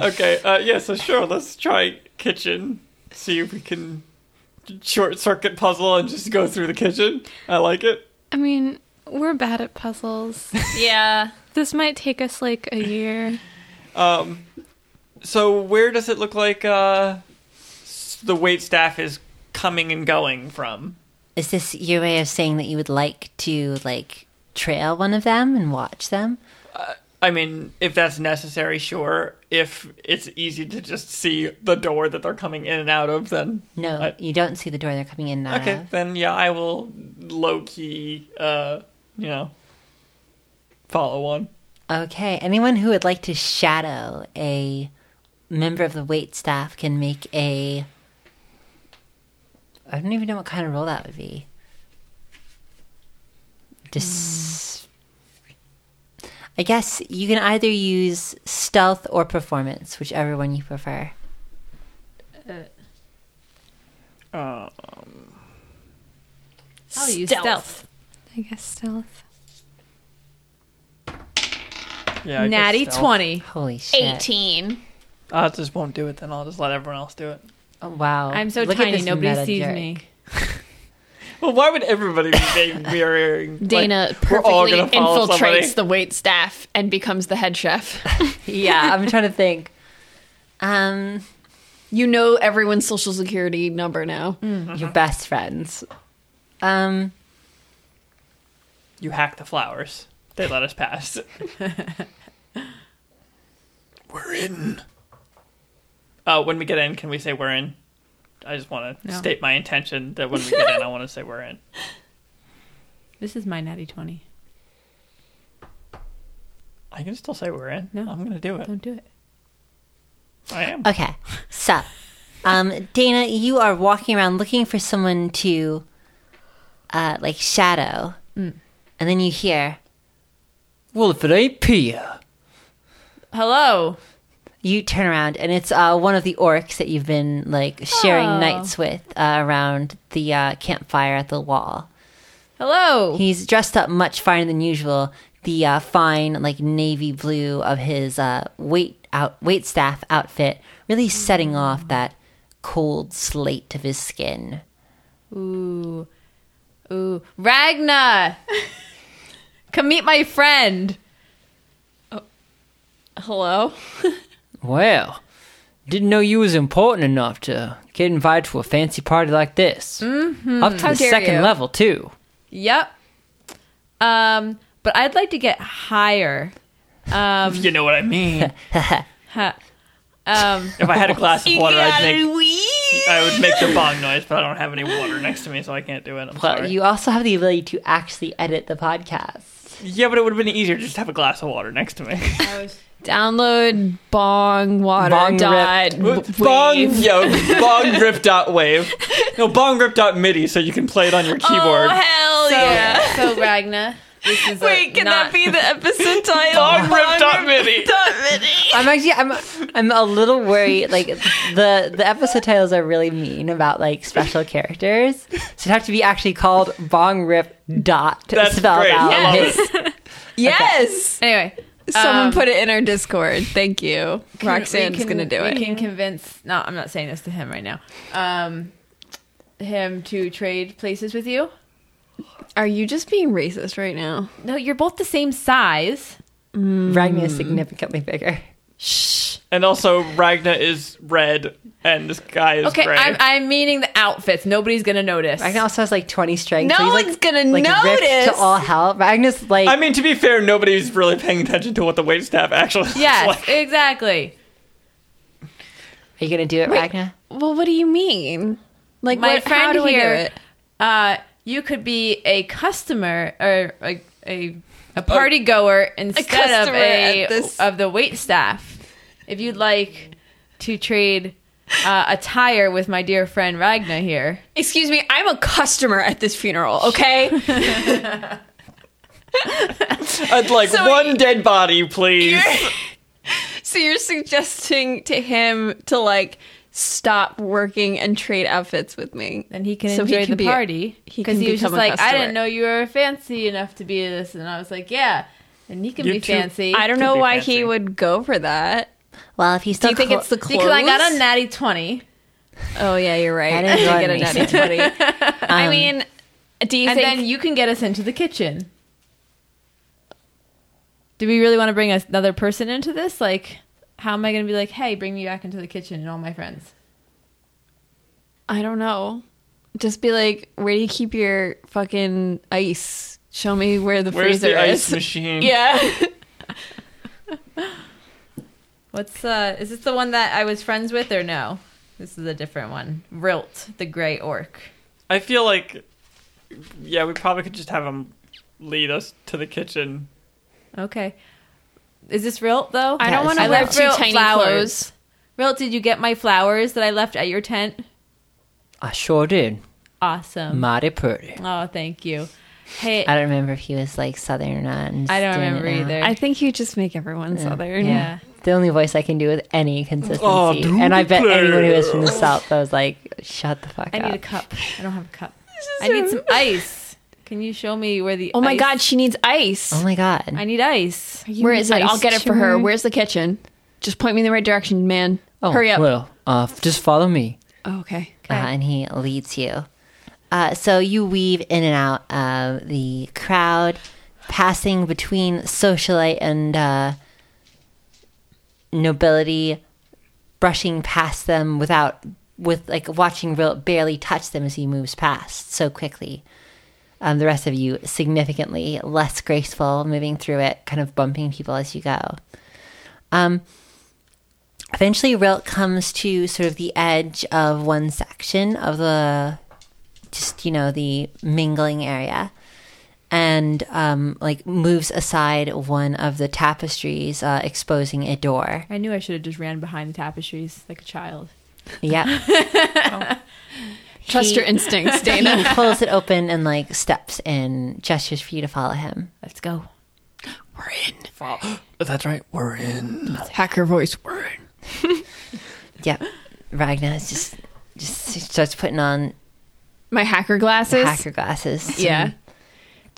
Speaker 5: Okay, uh, yeah, so sure, let's try kitchen. See if we can short circuit puzzle and just go through the kitchen. I like it.
Speaker 2: I mean, we're bad at puzzles.
Speaker 3: Yeah.
Speaker 2: this might take us like a year.
Speaker 5: Um, so where does it look like uh, s- the wait staff is coming and going from?
Speaker 1: Is this your way of saying that you would like to like trail one of them and watch them?
Speaker 5: I mean, if that's necessary, sure. If it's easy to just see the door that they're coming in and out of, then
Speaker 1: No,
Speaker 5: I-
Speaker 1: you don't see the door they're coming in now.
Speaker 5: okay, then yeah, I will low key, uh, you know, follow one.
Speaker 1: Okay. Anyone who would like to shadow a member of the wait staff can make a. I don't even know what kind of role that would be. Dis- I guess you can either use stealth or performance, whichever one you prefer.
Speaker 4: Oh, you stealth.
Speaker 2: I guess stealth.
Speaker 5: Yeah, I guess
Speaker 4: Natty
Speaker 5: stealth.
Speaker 4: twenty.
Speaker 1: Holy shit!
Speaker 3: 18.
Speaker 5: I just won't do it. Then I'll just let everyone else do it.
Speaker 1: Oh, wow!
Speaker 4: I'm so
Speaker 1: Look at
Speaker 4: tiny,
Speaker 1: this
Speaker 4: nobody
Speaker 1: meta
Speaker 4: sees
Speaker 1: jerk.
Speaker 4: me.
Speaker 5: Well, why would everybody be mirroring? like,
Speaker 3: Dana
Speaker 5: we're all
Speaker 3: perfectly
Speaker 5: gonna follow
Speaker 3: infiltrates
Speaker 5: somebody.
Speaker 3: the wait staff and becomes the head chef.
Speaker 1: Yeah, I'm trying to think. Um,
Speaker 3: you know everyone's social security number now.
Speaker 1: your best friends. Um.
Speaker 5: You hack the flowers. They let us pass. we're in. Uh, when we get in, can we say we're in? I just want to
Speaker 4: No.
Speaker 5: state my intention that when we get in, I want to say we're in.
Speaker 4: This is my natty twenty.
Speaker 5: I can still say we're in.
Speaker 4: No.
Speaker 5: I'm going to do it.
Speaker 4: Don't do it.
Speaker 5: I am.
Speaker 1: Okay. So, um, Dana, you are walking around looking for someone to, uh, like shadow,
Speaker 4: Mm.
Speaker 1: and then you hear. Well, if it ain't Pia,
Speaker 4: Hello.
Speaker 1: you turn around and it's uh, one of the orcs that you've been like sharing
Speaker 4: Oh.
Speaker 1: nights with uh, around the uh, campfire at the wall.
Speaker 4: Hello.
Speaker 1: He's dressed up much finer than usual. The uh, fine, like navy blue of his uh, wait out wait staff outfit really setting off that cold slate of his skin.
Speaker 4: Ooh. Ooh. Ragna. Come meet my friend.
Speaker 1: Oh.
Speaker 3: Hello?
Speaker 6: Well, didn't know you was important enough to get invited to a fancy party like this. Mm-hmm. Up to the
Speaker 4: dare
Speaker 6: second
Speaker 4: you.
Speaker 6: level too.
Speaker 4: Yep. Um, but I'd like to get higher.
Speaker 5: You know what I mean.
Speaker 4: Ha. Um,
Speaker 5: If I had a glass of water, I'd make
Speaker 4: wee.
Speaker 5: I would make the bong noise, but I don't have any water next to me, so I can't do it. I'm
Speaker 1: Well,
Speaker 5: sorry.
Speaker 1: you also have the ability to actually edit the podcast.
Speaker 5: Yeah, but it would have been easier just to have a glass of water next to me.
Speaker 3: Download bong water
Speaker 6: Bong rip.
Speaker 3: dot w-
Speaker 5: bong,
Speaker 3: wave.
Speaker 5: yo, bong grip dot wave. No, bong grip dot MIDI, so you can play it on your keyboard.
Speaker 3: Oh hell yeah!
Speaker 4: So Ragna, this is
Speaker 3: Wait,
Speaker 4: a
Speaker 3: can
Speaker 4: not-
Speaker 3: that be the episode title?
Speaker 5: bong grip dot MIDI.
Speaker 1: I'm actually I'm I'm a little worried. Like the the episode titles are really mean about like special characters, so it'd have to be actually called Bong Rip Dot
Speaker 5: That's
Speaker 1: spelled
Speaker 5: great.
Speaker 1: out.
Speaker 5: I love
Speaker 1: It's-
Speaker 3: Yes.
Speaker 4: Anyway,
Speaker 3: Someone
Speaker 4: Um,
Speaker 3: put it in our Discord. Thank you.
Speaker 4: can- we
Speaker 3: Roxanne's
Speaker 4: can-
Speaker 3: gonna do
Speaker 4: we
Speaker 3: it.
Speaker 4: can convince. No, I'm not saying this to him right now. Um, him to trade places with you.
Speaker 3: Are you just being racist right now?
Speaker 4: No, you're both the same size.
Speaker 1: Ragna is significantly bigger.
Speaker 5: And also, Ragna is red, and this guy is
Speaker 4: Okay,
Speaker 5: gray.
Speaker 4: I'm, I'm meaning the outfits. Nobody's gonna notice.
Speaker 1: Ragna also has like 20 strengths.
Speaker 3: No
Speaker 1: so he's, like,
Speaker 3: one's gonna
Speaker 1: like, ripped to
Speaker 3: notice.
Speaker 1: all hell. Ragna's like
Speaker 5: I mean, to be fair, nobody's really paying attention to what the wait staff actually looks
Speaker 4: Yes,
Speaker 5: like.
Speaker 4: exactly.
Speaker 1: Are you gonna do it, Ragna?
Speaker 3: Well, what do you mean? Like
Speaker 4: My
Speaker 3: what, how
Speaker 4: friend
Speaker 3: do I do
Speaker 4: here-
Speaker 3: it?
Speaker 4: Uh, you could be a customer or a a, a party goer instead of
Speaker 3: Oh. customer
Speaker 4: a
Speaker 3: at this-
Speaker 4: of the wait staff. If you'd like to trade uh, attire with my dear friend Ragna here,
Speaker 3: Excuse me, I'm a customer at this funeral, okay?
Speaker 5: I'd like one dead body, please.
Speaker 3: so you're suggesting to him to like stop working and trade outfits with me.
Speaker 4: then he can
Speaker 3: So he
Speaker 4: enjoy
Speaker 3: can
Speaker 4: the
Speaker 3: be-
Speaker 4: party.
Speaker 3: he
Speaker 4: Because
Speaker 3: can
Speaker 4: he, was
Speaker 3: become
Speaker 4: just
Speaker 3: a
Speaker 4: like, I
Speaker 3: customer."
Speaker 4: didn't know you were fancy enough to be this, and I was like, yeah. And he can
Speaker 5: You
Speaker 4: be
Speaker 5: too.
Speaker 4: fancy.
Speaker 3: I don't
Speaker 5: Could
Speaker 3: know
Speaker 5: be
Speaker 3: why
Speaker 5: fancy.
Speaker 3: he would go for that.
Speaker 1: Well, if he's
Speaker 3: Do
Speaker 1: still
Speaker 3: you think
Speaker 1: clo-
Speaker 3: it's the clothes?
Speaker 4: because I got a natty twenty.
Speaker 3: Oh yeah, you're right.
Speaker 1: That
Speaker 3: I did get a
Speaker 1: is
Speaker 3: natty twenty. I mean, do you
Speaker 4: and
Speaker 3: think?
Speaker 4: then you can get us into the kitchen. Do we really want to bring another person into this? Like, how am I going to be like, hey, bring me back into the kitchen and all my friends?
Speaker 3: I don't know. Just be like, where do you keep your fucking ice? Show me where the
Speaker 5: Where's
Speaker 3: freezer
Speaker 5: the ice
Speaker 3: is.
Speaker 5: machine?
Speaker 3: yeah.
Speaker 4: What's uh? Is this the one that I was friends with or no? This is a different one. Rilt, the gray orc.
Speaker 5: I feel like, yeah, we probably could just have him lead us to the kitchen.
Speaker 4: Okay. Is this Rilt though?
Speaker 3: I
Speaker 1: don't
Speaker 3: don't want
Speaker 1: wanna wear
Speaker 3: to wear
Speaker 4: left
Speaker 3: too
Speaker 4: Rilt
Speaker 3: tiny
Speaker 4: flowers.
Speaker 3: clothes.
Speaker 4: Rilt, did you get my flowers that I left at your tent?
Speaker 6: I sure did.
Speaker 4: Awesome.
Speaker 6: Mighty pretty.
Speaker 4: oh, thank you. Hey,
Speaker 1: I don't remember if he was like southern or not. I'm just
Speaker 4: I don't
Speaker 1: doing it
Speaker 4: remember
Speaker 1: now.
Speaker 4: either.
Speaker 3: I think you just make everyone southern.
Speaker 4: yeah.
Speaker 1: the only voice I can do with any consistency.
Speaker 5: Oh, do
Speaker 1: and I bet
Speaker 5: declare.
Speaker 1: anyone who is from the south, I was like, shut the fuck
Speaker 4: I
Speaker 1: up.
Speaker 4: need a cup. I don't have a cup. I need some ice. Can you show me where the
Speaker 3: Oh my
Speaker 4: ice-
Speaker 3: god, she needs ice.
Speaker 1: oh my god!
Speaker 4: I need ice.
Speaker 3: where is it?
Speaker 6: ice
Speaker 3: I'll get it for her.
Speaker 6: jar?
Speaker 3: Where's the kitchen? Just point me in the right direction, man.
Speaker 6: Oh,
Speaker 3: Hurry up.
Speaker 6: Well, uh, f- just follow me.
Speaker 3: Oh, okay.
Speaker 1: Uh, and he leads you. Uh, so you weave in and out of the crowd, passing between socialite and uh, nobility, brushing past them without, with like watching Rill barely touch them as he moves past so quickly. Um, the rest of you significantly less graceful, moving through it, kind of bumping people as you go. Eventually, Rilt comes to sort of the edge of one section of the, just, you know, the mingling area and, um, like, moves aside one of the tapestries, uh, exposing a door.
Speaker 4: I knew I should have just ran behind the tapestries like a child.
Speaker 1: Yep.
Speaker 3: Trust your instincts, Dana.
Speaker 1: he pulls it open and, like, steps in, gestures for you to follow him.
Speaker 4: Let's go.
Speaker 3: We're in.
Speaker 5: That's right, we're in.
Speaker 3: Hacker voice. We're in.
Speaker 1: Yep. Ragnar is just, just starts putting on
Speaker 3: My hacker glasses.
Speaker 1: hacker glasses.
Speaker 3: Yeah.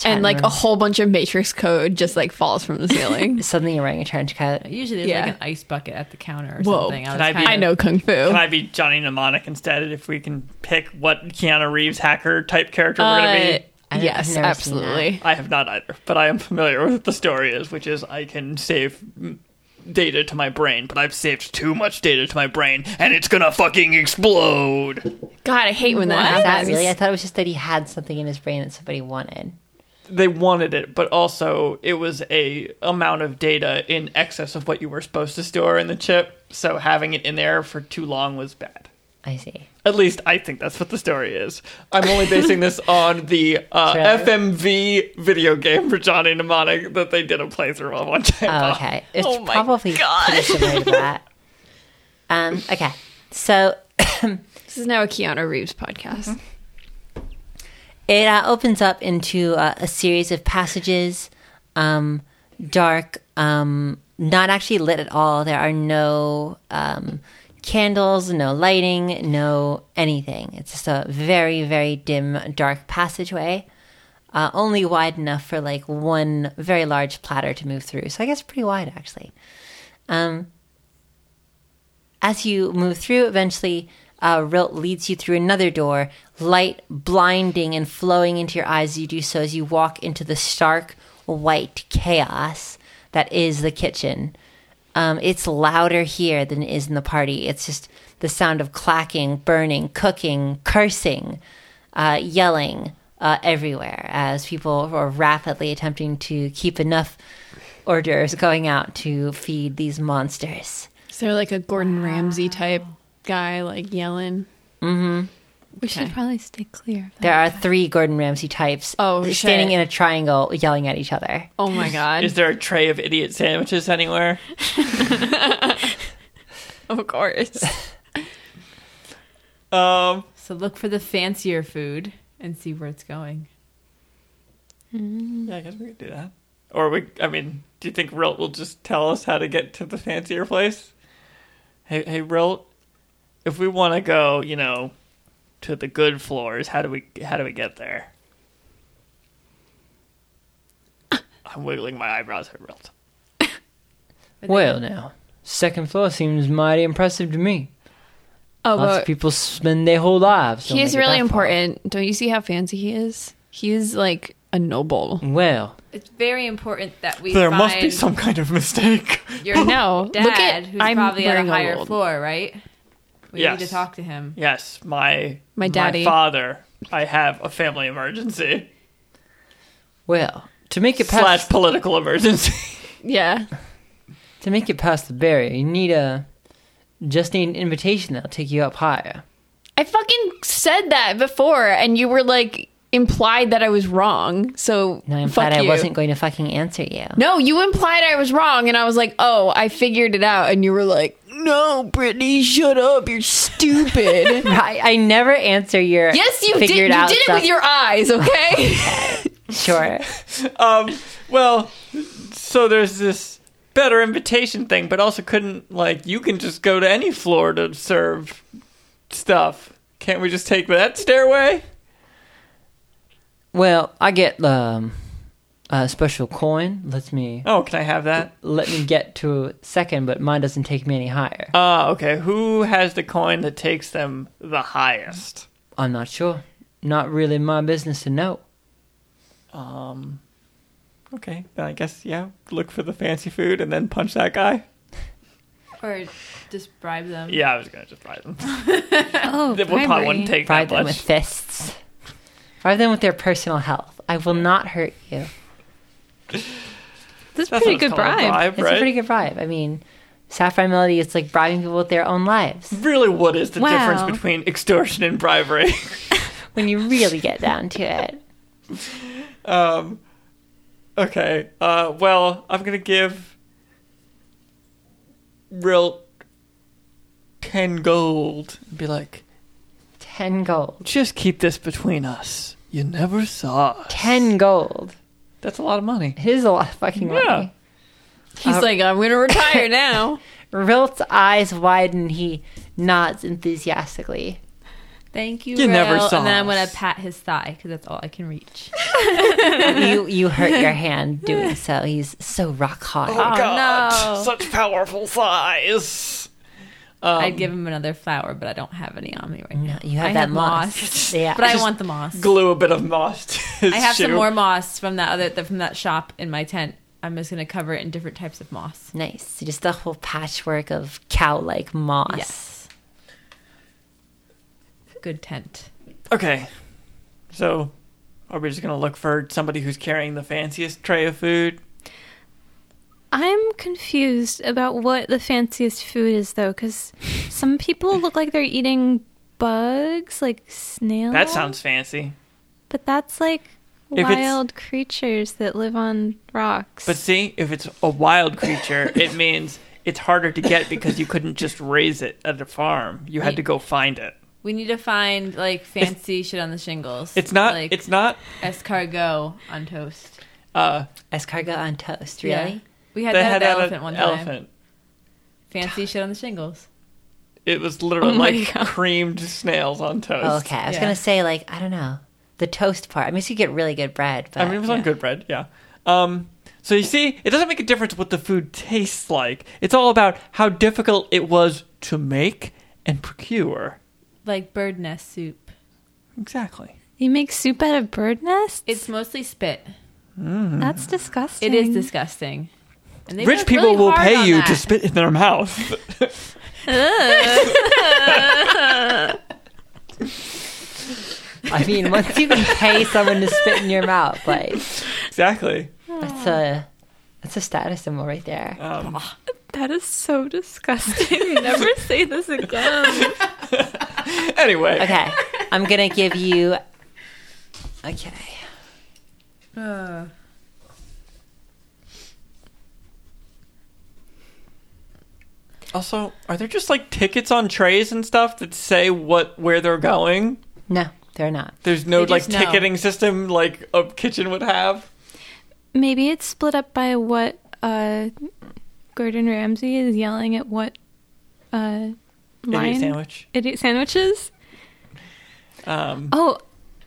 Speaker 3: And like a
Speaker 1: around.
Speaker 3: whole bunch of matrix code just like falls from the ceiling.
Speaker 1: Suddenly you're wearing a trench coat.
Speaker 4: Usually there's
Speaker 3: Yeah.
Speaker 4: like an ice bucket at the counter or
Speaker 3: Whoa.
Speaker 4: something. I,
Speaker 5: I
Speaker 4: was
Speaker 5: be-
Speaker 4: kind
Speaker 3: I know kung fu.
Speaker 5: Can I be Johnny Mnemonic instead if we can pick what Keanu Reeves hacker type character we're
Speaker 3: Uh,
Speaker 5: gonna be?
Speaker 1: I don't- I've never
Speaker 3: yes,
Speaker 1: seen
Speaker 3: absolutely.
Speaker 5: I have not either, but I am familiar with what the story is, which is I can save mm, data to my brain, but I've saved too much data to my brain, and it's gonna fucking explode.
Speaker 3: God, I hate when that
Speaker 1: Is that
Speaker 3: happens.
Speaker 1: really? I thought it was just that he had something in his brain that somebody wanted.
Speaker 5: they wanted it, but also it was a amount of data in excess of what you were supposed to store in the chip. So having it in there for too long was bad.
Speaker 1: I see.
Speaker 5: At least I think that's what the story is. I'm only basing this on the uh,
Speaker 1: Trailer?
Speaker 5: FMV video game for Johnny Mnemonic that they did a playthrough of one time.
Speaker 1: Oh, okay. It's
Speaker 5: Oh my
Speaker 1: probably pretty similar to that. Um, okay. So
Speaker 3: This is now a Keanu Reeves podcast.
Speaker 1: it uh, opens up into uh, a series of passages, um, dark, um, not actually lit at all. There are no um, candles, no lighting, no anything. It's just a very, very dim, dark passageway, uh, only wide enough for like one very large platter to move through. So I guess pretty wide actually. as you move through, eventually, uh, Rilt leads you through another door, light blinding and flowing into your eyes as you do so as you walk into the stark white chaos that is the kitchen. Um, it's louder here than it is in the party. It's just the sound of clacking, burning, cooking, cursing, uh, yelling uh, everywhere as people are rapidly attempting to keep enough orders going out to feed these monsters.
Speaker 3: Is there like a Gordon Ramsay type guy like yelling?
Speaker 2: We should probably stay clear. of that.
Speaker 1: There are three Gordon Ramsay types
Speaker 3: Oh,
Speaker 1: th- standing
Speaker 3: shit.
Speaker 1: in a triangle yelling at each other.
Speaker 3: Oh my god.
Speaker 5: Is there a tray of idiot sandwiches anywhere?
Speaker 3: of course.
Speaker 5: Um,
Speaker 4: So look for the fancier food and see where it's going.
Speaker 5: yeah, I guess we could do that. Or we, I mean, do you think Rilt will just tell us how to get to the fancier place? Hey, hey, Rilt, if we want to go, you know, to the good floors, how do we, how do we get there? I'm wiggling my eyebrows at Rilt.
Speaker 6: Well, now, second floor seems mighty impressive to me.
Speaker 3: Oh,
Speaker 6: Lots of
Speaker 3: but
Speaker 6: people spend their whole lives. don't
Speaker 3: he is
Speaker 6: make it
Speaker 3: really
Speaker 6: that far.
Speaker 3: important. Don't you see how fancy he is? He is like a noble.
Speaker 6: Well,
Speaker 4: It's very important that we
Speaker 5: There
Speaker 4: find
Speaker 5: must be some kind of mistake.
Speaker 4: your
Speaker 3: No,
Speaker 4: dad,
Speaker 3: look at-
Speaker 4: who's
Speaker 3: I'm
Speaker 4: probably on
Speaker 3: wearing
Speaker 4: a
Speaker 3: a
Speaker 4: higher
Speaker 3: world.
Speaker 4: floor, right? We
Speaker 5: Yes.
Speaker 4: need to talk to him.
Speaker 5: Yes, my
Speaker 3: My daddy.
Speaker 5: father. I have a family emergency
Speaker 6: well, to make it past
Speaker 5: slash political emergency.
Speaker 3: Yeah.
Speaker 6: to make it past the barrier, you need a just need an invitation that'll take you up higher.
Speaker 3: I fucking said that before and you were like implied that I was wrong. So
Speaker 1: And I
Speaker 3: fuck
Speaker 1: implied Um, I
Speaker 3: you.
Speaker 1: wasn't going to fucking answer you.
Speaker 3: No, you implied I was wrong, and I was like, "Oh, I figured it out," and you were like, "No, Brittany, shut up! You're stupid."
Speaker 1: I, I never answer your
Speaker 3: yes, you did.
Speaker 1: figured
Speaker 3: You
Speaker 1: out
Speaker 3: did it
Speaker 1: stuff.
Speaker 3: with your eyes, okay?
Speaker 1: sure.
Speaker 5: um, well, so there's this better invitation thing, but also couldn't like you can just go to any floor to serve stuff. Can't we just take that stairway?
Speaker 6: Well, I get um, a special coin. Lets me
Speaker 5: Oh, can I have that?
Speaker 6: let me get to second, but mine doesn't take me any higher.
Speaker 5: Ah, okay. Who has the coin that takes them the highest?
Speaker 6: I'm not sure. Not really my business to know.
Speaker 5: Um, okay. Then I guess yeah. Look for the fancy food and then punch that guy.
Speaker 4: Or just bribe them.
Speaker 5: Yeah, I was gonna just buy them.
Speaker 2: oh,
Speaker 5: That would probably
Speaker 2: bribery.
Speaker 5: wouldn't take
Speaker 1: Bribe
Speaker 5: that
Speaker 1: them
Speaker 5: much.
Speaker 1: with fists. Bribe them with their personal health. I will not hurt you.
Speaker 2: That's
Speaker 5: That's
Speaker 2: pretty
Speaker 5: what it's
Speaker 2: good
Speaker 5: called, a
Speaker 2: bribe.
Speaker 1: It's
Speaker 5: right?
Speaker 1: a pretty good bribe. I mean, Sapphire Melody, it's like bribing people with their own lives
Speaker 5: Really, what is the
Speaker 2: Wow.
Speaker 5: difference between extortion and bribery?
Speaker 1: when you really get down to it.
Speaker 5: Um, okay. Uh, well, I'm gonna give real ten gold and be like,
Speaker 1: Ten gold.
Speaker 5: just keep this between us. You never saw. us."
Speaker 1: Ten gold.
Speaker 5: That's a lot of money.
Speaker 1: It is a lot of fucking money.
Speaker 5: Yeah.
Speaker 3: He's like, "I'm gonna retire now."
Speaker 1: Rilt's eyes widen. He nods enthusiastically.
Speaker 4: Thank you,
Speaker 5: You never
Speaker 4: Rael.
Speaker 5: saw
Speaker 4: And then I'm going
Speaker 5: us.
Speaker 4: to pat his thigh because that's all I can reach.
Speaker 1: you you hurt your hand doing so. He's so rock hard.
Speaker 5: Oh, God,
Speaker 4: no.
Speaker 5: such powerful thighs. Um,
Speaker 4: I'd give him another flower, but I don't have any on me right now.
Speaker 1: you have
Speaker 4: I
Speaker 1: that
Speaker 4: had
Speaker 1: moss. Yeah.
Speaker 4: But I want the moss.
Speaker 5: Glue a bit of moss to his
Speaker 4: I have some
Speaker 5: shoe.
Speaker 4: more moss from that other th- from that shop in my tent. I'm just gonna cover it in different types of moss.
Speaker 1: Nice. Just a whole patchwork of cow-like moss.
Speaker 4: Yes. Good tent.
Speaker 5: Okay. So Are we just gonna look for somebody who's carrying the fanciest tray of food?
Speaker 2: I'm confused about what the fanciest food is, though, because some people look like they're eating bugs, like snails.
Speaker 5: That sounds fancy.
Speaker 2: But that's like
Speaker 5: If it's-
Speaker 2: wild creatures that live on rocks.
Speaker 5: But see, if it's a wild creature, it means it's harder to get because you couldn't just raise it at a farm. You had to go find it.
Speaker 4: We need to find like fancy shit on the shingles.
Speaker 5: It's not.
Speaker 4: like
Speaker 5: it's not.
Speaker 4: escargot on toast.
Speaker 5: Uh,
Speaker 1: Escargot on toast,
Speaker 4: Yeah.
Speaker 1: really?
Speaker 4: We had
Speaker 5: they
Speaker 4: that
Speaker 5: had
Speaker 4: at the
Speaker 5: that
Speaker 4: elephant
Speaker 5: at
Speaker 4: one time.
Speaker 5: elephant.
Speaker 4: Fancy shit on the shingles.
Speaker 5: It was literally
Speaker 2: Oh my
Speaker 5: like
Speaker 2: God.
Speaker 5: creamed snails on toast.
Speaker 1: Oh, okay, I was
Speaker 4: Yeah.
Speaker 1: gonna say like I don't know the toast part. I mean, so you get really good bread, but
Speaker 5: I mean, it was on good bread, yeah. Um, so you see, it doesn't make a difference what the food tastes like. It's all about how difficult it was to make and procure.
Speaker 4: Like bird nest soup.
Speaker 5: Exactly.
Speaker 2: you make soup out of bird nests?
Speaker 4: It's mostly spit.
Speaker 2: that's disgusting.
Speaker 4: It is disgusting. And they
Speaker 5: Rich
Speaker 4: work
Speaker 5: people
Speaker 4: really
Speaker 5: will
Speaker 4: hard
Speaker 5: pay
Speaker 4: on
Speaker 5: you
Speaker 4: that.
Speaker 5: to spit in their mouth.
Speaker 1: I mean, once you can pay someone to spit in your mouth, like
Speaker 5: exactly.
Speaker 1: that's a that's a status symbol right there.
Speaker 4: Oh.
Speaker 5: Um,
Speaker 2: That is so disgusting. Never say this again.
Speaker 5: anyway,
Speaker 1: Okay, I'm gonna give you. Okay,
Speaker 4: Uh,
Speaker 5: also, are there just like tickets on trays and stuff that say what where they're going?
Speaker 1: no, they're not.
Speaker 5: There's no
Speaker 4: They
Speaker 5: like
Speaker 4: just know.
Speaker 5: ticketing system like a kitchen would have.
Speaker 2: Maybe it's split up by what uh, Gordon Ramsay is yelling at what uh,
Speaker 5: Idiot
Speaker 2: lion?
Speaker 5: sandwich.
Speaker 2: Idiot sandwiches?
Speaker 5: Um,
Speaker 2: Oh,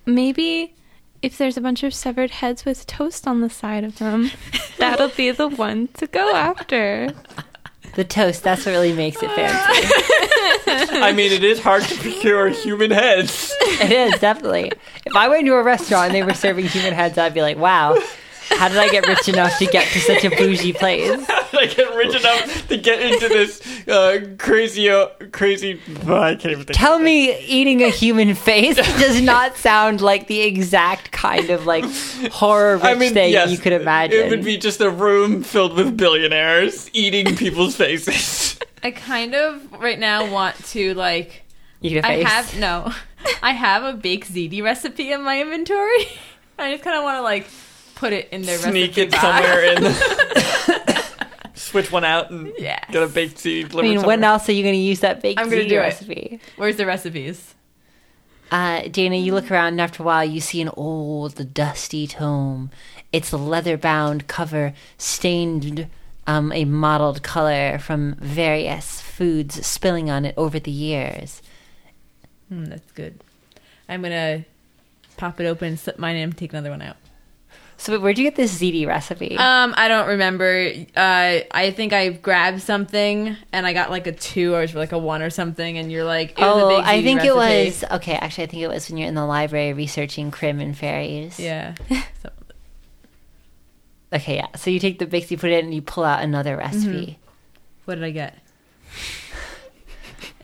Speaker 2: maybe if there's a bunch of severed heads with toast on the side of them, that'll be the one to go after.
Speaker 1: The toast. That's what really makes it fancy.
Speaker 5: I mean, it is hard to procure human heads.
Speaker 1: it is definitely. If I went to a restaurant and they were serving human heads, I'd be like, wow. How did I get rich enough to get to such a bougie place?
Speaker 5: I get rich enough to get into this uh, crazy, uh, crazy. I can't even think.
Speaker 1: Tell me eating a human face does not sound like the exact kind of like horror rich
Speaker 5: I mean,
Speaker 1: thing
Speaker 5: yes,
Speaker 1: you could imagine.
Speaker 5: It would be just a room filled with billionaires eating people's faces.
Speaker 4: I kind of right now want to like
Speaker 1: you could
Speaker 4: I
Speaker 1: face.
Speaker 4: have no. I have a baked ziti recipe in my inventory. I just kind of want to like put it in their
Speaker 5: Sneak
Speaker 4: recipe
Speaker 5: it
Speaker 4: box.
Speaker 5: somewhere and switch one out and
Speaker 4: Yes.
Speaker 5: get a baked seed.
Speaker 1: I mean, when else are you going to use that baked
Speaker 4: I'm gonna
Speaker 1: ziti
Speaker 4: do it.
Speaker 1: recipe?
Speaker 4: Where's the recipes?
Speaker 1: Uh, Dana, you look around, and after a while, you see an old, dusty tome. Its leather-bound cover stained um, a mottled color from various foods spilling on it over the years.
Speaker 4: Mm, that's good. I'm gonna pop it open, slip mine in, take another one out.
Speaker 1: So, where'd you get this ziti recipe?
Speaker 4: Um, I don't remember. Uh, I think I grabbed something and I got like a two or like a one or something, and you're like, it was a
Speaker 1: oh,
Speaker 4: baked
Speaker 1: I
Speaker 4: ziti
Speaker 1: think
Speaker 4: recipe.
Speaker 1: it was okay. Actually, I think it was when you're in the library researching crim and fairies.
Speaker 4: Yeah. So-
Speaker 1: Okay, yeah. So you take the Bixie, you put it in, and you pull out another recipe.
Speaker 4: Mm-hmm. what did I get?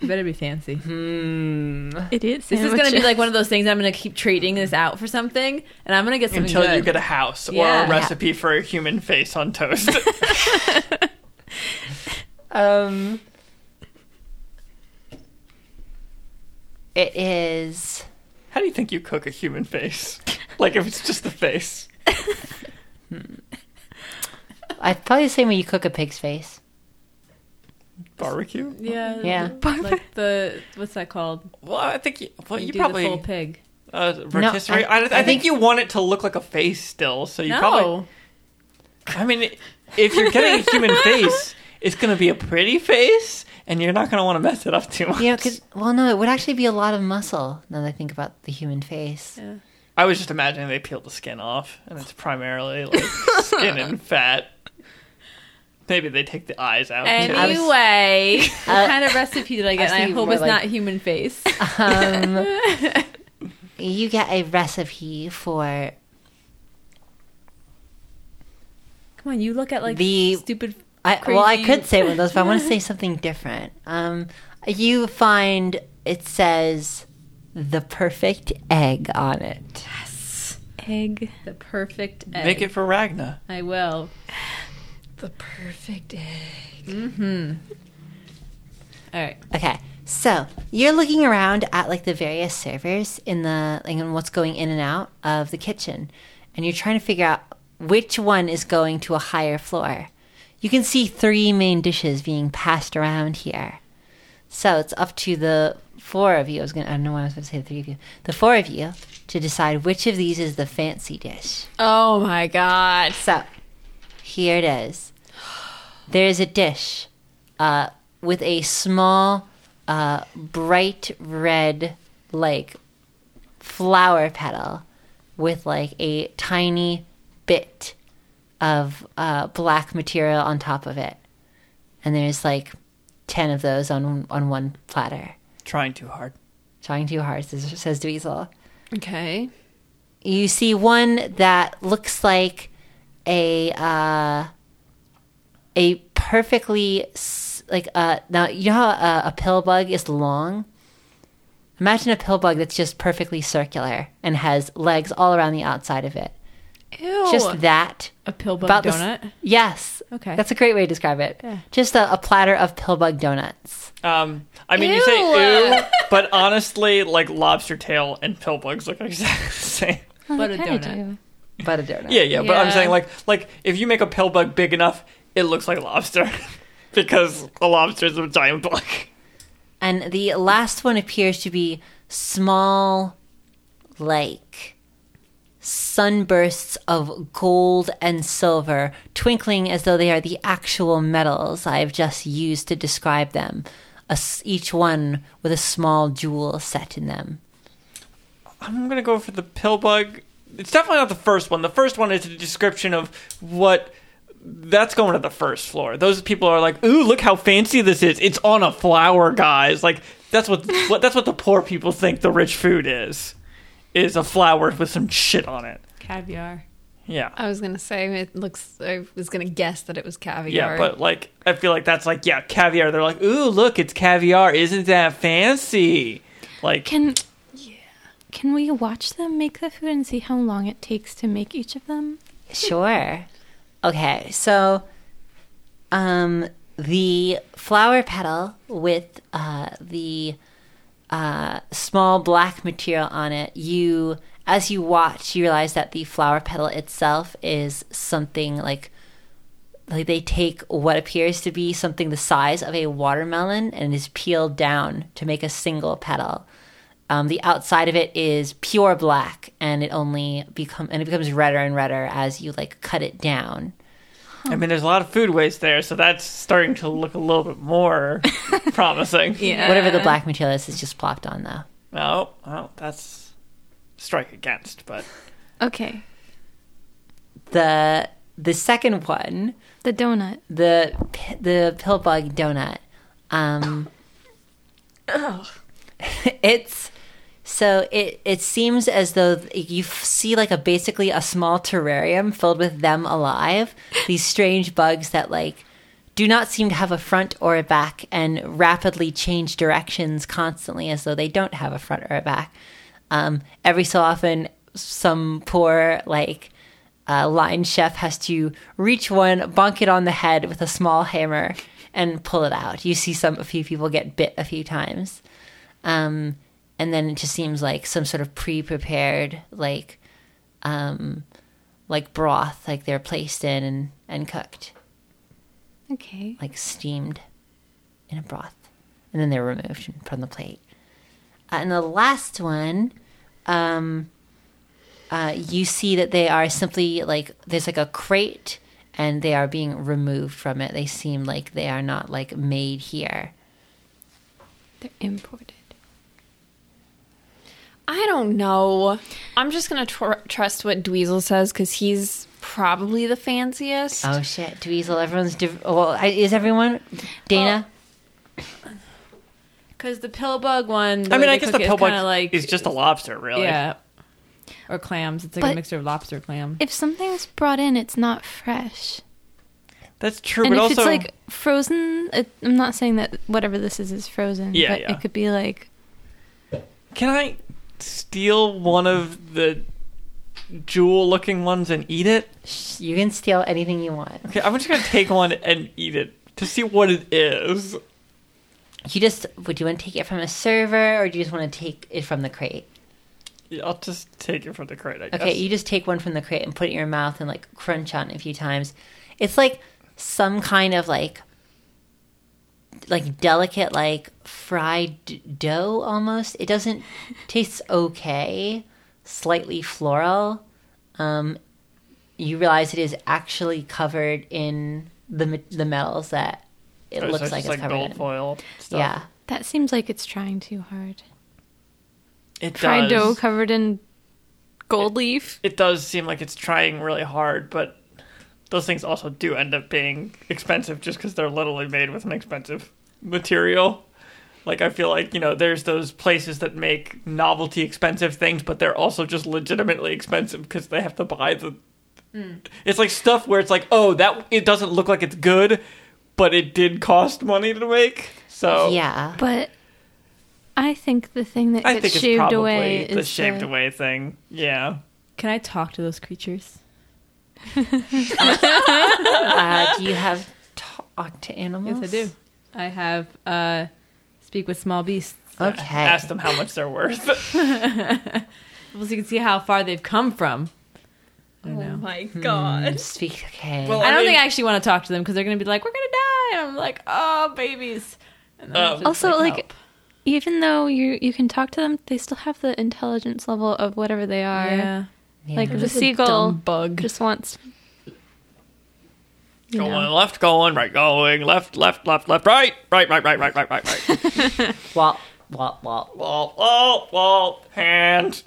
Speaker 4: it better be fancy.
Speaker 1: Hmm.
Speaker 2: Idiot
Speaker 4: This
Speaker 2: sandwiches.
Speaker 4: is going to be like one of those things I'm going to keep trading this out for something, and I'm going to get something
Speaker 5: Until you
Speaker 4: good.
Speaker 5: get a house or
Speaker 4: Yeah.
Speaker 5: a recipe for a human face on toast.
Speaker 1: Um. It is.
Speaker 5: How do you think you cook a human face? Like if it's just the face.
Speaker 1: I probably the same way you cook a pig's face.
Speaker 5: Barbecue?
Speaker 4: yeah,
Speaker 1: Yeah.
Speaker 4: like the what's that called?
Speaker 5: Well, I think you, well,
Speaker 4: When
Speaker 5: you,
Speaker 4: do
Speaker 5: probably
Speaker 4: the full pig.
Speaker 5: Uh, rotisserie.
Speaker 1: I-
Speaker 5: I, I,
Speaker 1: I
Speaker 5: think,
Speaker 1: think-
Speaker 5: you want it to look like a face still, so you
Speaker 4: no,
Speaker 5: probably. I mean, if you're getting a human face, it's gonna be a pretty face, and you're not gonna want to mess it up too much.
Speaker 1: You know, 'cause- well, no, it would actually be a lot of muscle. Now that I think about the human face,
Speaker 5: I was just imagining they peeled the skin off, and it's primarily like skin and fat. Maybe they take the eyes out. too.
Speaker 1: I was-
Speaker 4: Anyway, what kind of recipe did I get?
Speaker 1: I was
Speaker 4: And I,
Speaker 1: thinking
Speaker 4: hope
Speaker 1: more
Speaker 4: it's
Speaker 1: like-
Speaker 4: not human face.
Speaker 1: um, you get a recipe for
Speaker 4: Come on, you look at like
Speaker 1: The-
Speaker 4: stupid.
Speaker 1: I, well, I
Speaker 4: Crazy.
Speaker 1: could say one of those, but I want to say something different. Um, you find it says the perfect egg on it. Yes.
Speaker 2: egg.
Speaker 4: The perfect egg.
Speaker 5: Make it for Ragna.
Speaker 4: I will.
Speaker 3: The perfect
Speaker 4: Mm-hmm. All right.
Speaker 1: Okay. So you're looking around at like the various servers in the like and what's going in and out of the kitchen, and you're trying to figure out which one is going to a higher floor. You can see three main dishes being passed around here. So it's up to the four of you. I was gonna. I don't know why I was going to say the three of you. The four of you to decide which of these is the fancy dish.
Speaker 3: Oh my god.
Speaker 1: So, here it is. There is a dish uh, with a small, uh, bright red, like, flower petal with, like, a tiny bit of uh, black material on top of it. And there's, like, 10 of those on, on one platter.
Speaker 5: Trying too hard.
Speaker 1: Trying too hard, says, says Dweezil
Speaker 3: Okay.
Speaker 1: you see one that looks like a uh, a perfectly s- like uh now you know how a, a pill bug is long imagine a pill bug that's just perfectly circular and has legs all around the outside of it
Speaker 3: Ew.
Speaker 1: just that
Speaker 4: A pill Oh, bug
Speaker 1: About the s-
Speaker 4: donut.
Speaker 1: yes
Speaker 4: Okay.
Speaker 1: that's a great way to describe it just a, a platter of pill bug donuts
Speaker 5: Um, I mean, you say ooh, but honestly, like lobster tail and pill bugs look exactly the same.
Speaker 4: What a
Speaker 2: Kinda
Speaker 4: donut.
Speaker 2: do.
Speaker 1: but a donut
Speaker 5: Yeah, yeah, but I'm
Speaker 3: Yeah.
Speaker 5: saying like like if you make a pill bug big enough, it looks like lobster because a lobster is a giant bug.
Speaker 1: And the last one appears to be small, like sunbursts of gold and silver, twinkling as though they are the actual metals I've just used to describe them. A s each one with a small jewel set in them.
Speaker 5: I'm gonna go for the pill bug. It's definitely not the first one. The first one is a description of what that's going to the first floor. Those people are like, "Ooh, look how fancy this is! It's on a flower, guys!" Like that's what, what that's what the poor people think the rich food is is a flower with some shit on it.
Speaker 4: Caviar.
Speaker 5: Yeah,
Speaker 3: I was gonna say it looks. I was gonna guess that it was
Speaker 5: yeah,
Speaker 3: caviar.
Speaker 5: but like I feel like that's like yeah, caviar. They're like, "Ooh, look, it's caviar! Isn't that fancy?" Like
Speaker 2: Can can we watch them make the food and see how long it takes to make each of them?
Speaker 1: Sure. Okay, so um the flower petal with uh the uh small black material on it, you as you watch you realize that the flower petal itself is something like like they take what appears to be something the size of a watermelon and is peeled down to make a single petal. Um, the outside of it is pure black, and it only become and it becomes redder and redder as you like cut it down.
Speaker 5: I mean, there's a lot of food waste there, so that's starting to look a little bit more promising.
Speaker 3: yeah.
Speaker 1: Whatever the black material is, is just plopped on though.
Speaker 5: No, well, that's strike against, but
Speaker 2: Okay,
Speaker 1: the The second one,
Speaker 2: the donut.
Speaker 1: the p- the pill bug donut. Um, it's so it it seems as though th- you f- see like a basically a small terrarium filled with them alive. These strange bugs that like do not seem to have a front or a back and rapidly change directions constantly as though they don't have a front or a back. Um, every so often, some poor like uh, line chef has to reach one, bonk it on the head with a small hammer, and pull it out. You see some a few people get bit a few times, um, and then it just seems like some sort of pre-prepared like um, like broth, like they're placed in and, and cooked,
Speaker 2: Okay,
Speaker 1: like steamed in a broth, and then they're removed from the plate. Uh, and the last one um, uh, you see that they are simply like there's like a crate and they are being removed from it. They seem like they are not like made here.
Speaker 2: they're imported.
Speaker 3: I don't know. I'm just gonna tr- trust what Dweezil says because he's probably the fanciest.
Speaker 1: Oh shit, Dweezil, everyone's div- well. I, is everyone Dana?
Speaker 4: Because the pill bug one.
Speaker 5: I mean, I guess the pill bug
Speaker 4: kind of like
Speaker 5: is just a lobster, really.
Speaker 4: yeah. Or clams. It's like a
Speaker 2: But-
Speaker 4: mixture of lobster clam.
Speaker 2: If something's brought in, it's not fresh.
Speaker 5: that's true.
Speaker 2: and
Speaker 5: but
Speaker 2: if
Speaker 5: also,
Speaker 2: it's like frozen, it, I'm not saying that whatever this is is frozen,
Speaker 5: Yeah,
Speaker 2: but
Speaker 5: yeah.
Speaker 2: it could be like
Speaker 5: can I steal one of the jewel looking ones and eat it?
Speaker 1: You can steal anything you want.
Speaker 5: Okay, I'm just gonna take one and eat it to see what it is.
Speaker 1: You just would you want to take it from a server or do you just want to take it from the crate?
Speaker 5: Yeah, I'll just take it from the crate, I guess.
Speaker 1: Okay, you just take one from the crate and put it in your mouth and like crunch on it a few times. It's like some kind of like like delicate like fried d- dough almost. It doesn't tastes okay, slightly floral. Um you realize it is actually covered in the me- the metals that it
Speaker 5: Oh, So
Speaker 1: looks
Speaker 5: it's
Speaker 1: like it's
Speaker 5: just like
Speaker 1: covered
Speaker 5: gold
Speaker 1: in.
Speaker 5: foil stuff.
Speaker 1: Yeah.
Speaker 2: That seems like it's trying too hard.
Speaker 5: It
Speaker 2: Fried dough
Speaker 5: does.
Speaker 2: covered in gold leaf.
Speaker 5: It does seem like it's trying really hard, but those things also do end up being expensive just because they're literally made with an expensive material. Like I feel like, you know, there's those places that make novelty expensive things, but they're also just legitimately expensive because they have to buy the It's like stuff where it's like, "Oh, that it doesn't look like it's good, but it did cost money to make." So
Speaker 1: Yeah.
Speaker 2: But I think the thing that
Speaker 5: I
Speaker 2: gets
Speaker 5: think it's
Speaker 2: shaved
Speaker 5: probably
Speaker 2: away uh,
Speaker 5: the
Speaker 2: is
Speaker 5: shaved
Speaker 2: the-
Speaker 5: away thing. Yeah.
Speaker 4: Can I talk to those creatures?
Speaker 1: Uh, do you have talk to animals?
Speaker 4: I have uh, speak with small beasts.
Speaker 1: Okay.
Speaker 5: Ask them how much they're worth.
Speaker 4: Well, so you can see how far they've come from. I don't know.
Speaker 3: my god.
Speaker 1: Speak. Okay.
Speaker 5: Well,
Speaker 4: I don't
Speaker 5: mean-
Speaker 4: think I actually want to talk to them because they're going to be like, "We're going to die," and I'm like, "Oh, babies." And then
Speaker 5: Oh.
Speaker 4: I'll just,
Speaker 2: Also, like,
Speaker 4: help.
Speaker 2: even though you you can talk to them, they still have the intelligence level of whatever they are.
Speaker 4: yeah.
Speaker 2: Like the
Speaker 3: Just a
Speaker 2: seagull
Speaker 3: dumb bug.
Speaker 2: just wants. you
Speaker 5: Going
Speaker 2: know.
Speaker 5: left, going right, going left, left, left, left, right, right, right, right, right, right, right, right.
Speaker 1: Walt, Walt, Walt.
Speaker 5: wall, wall, wall, hand.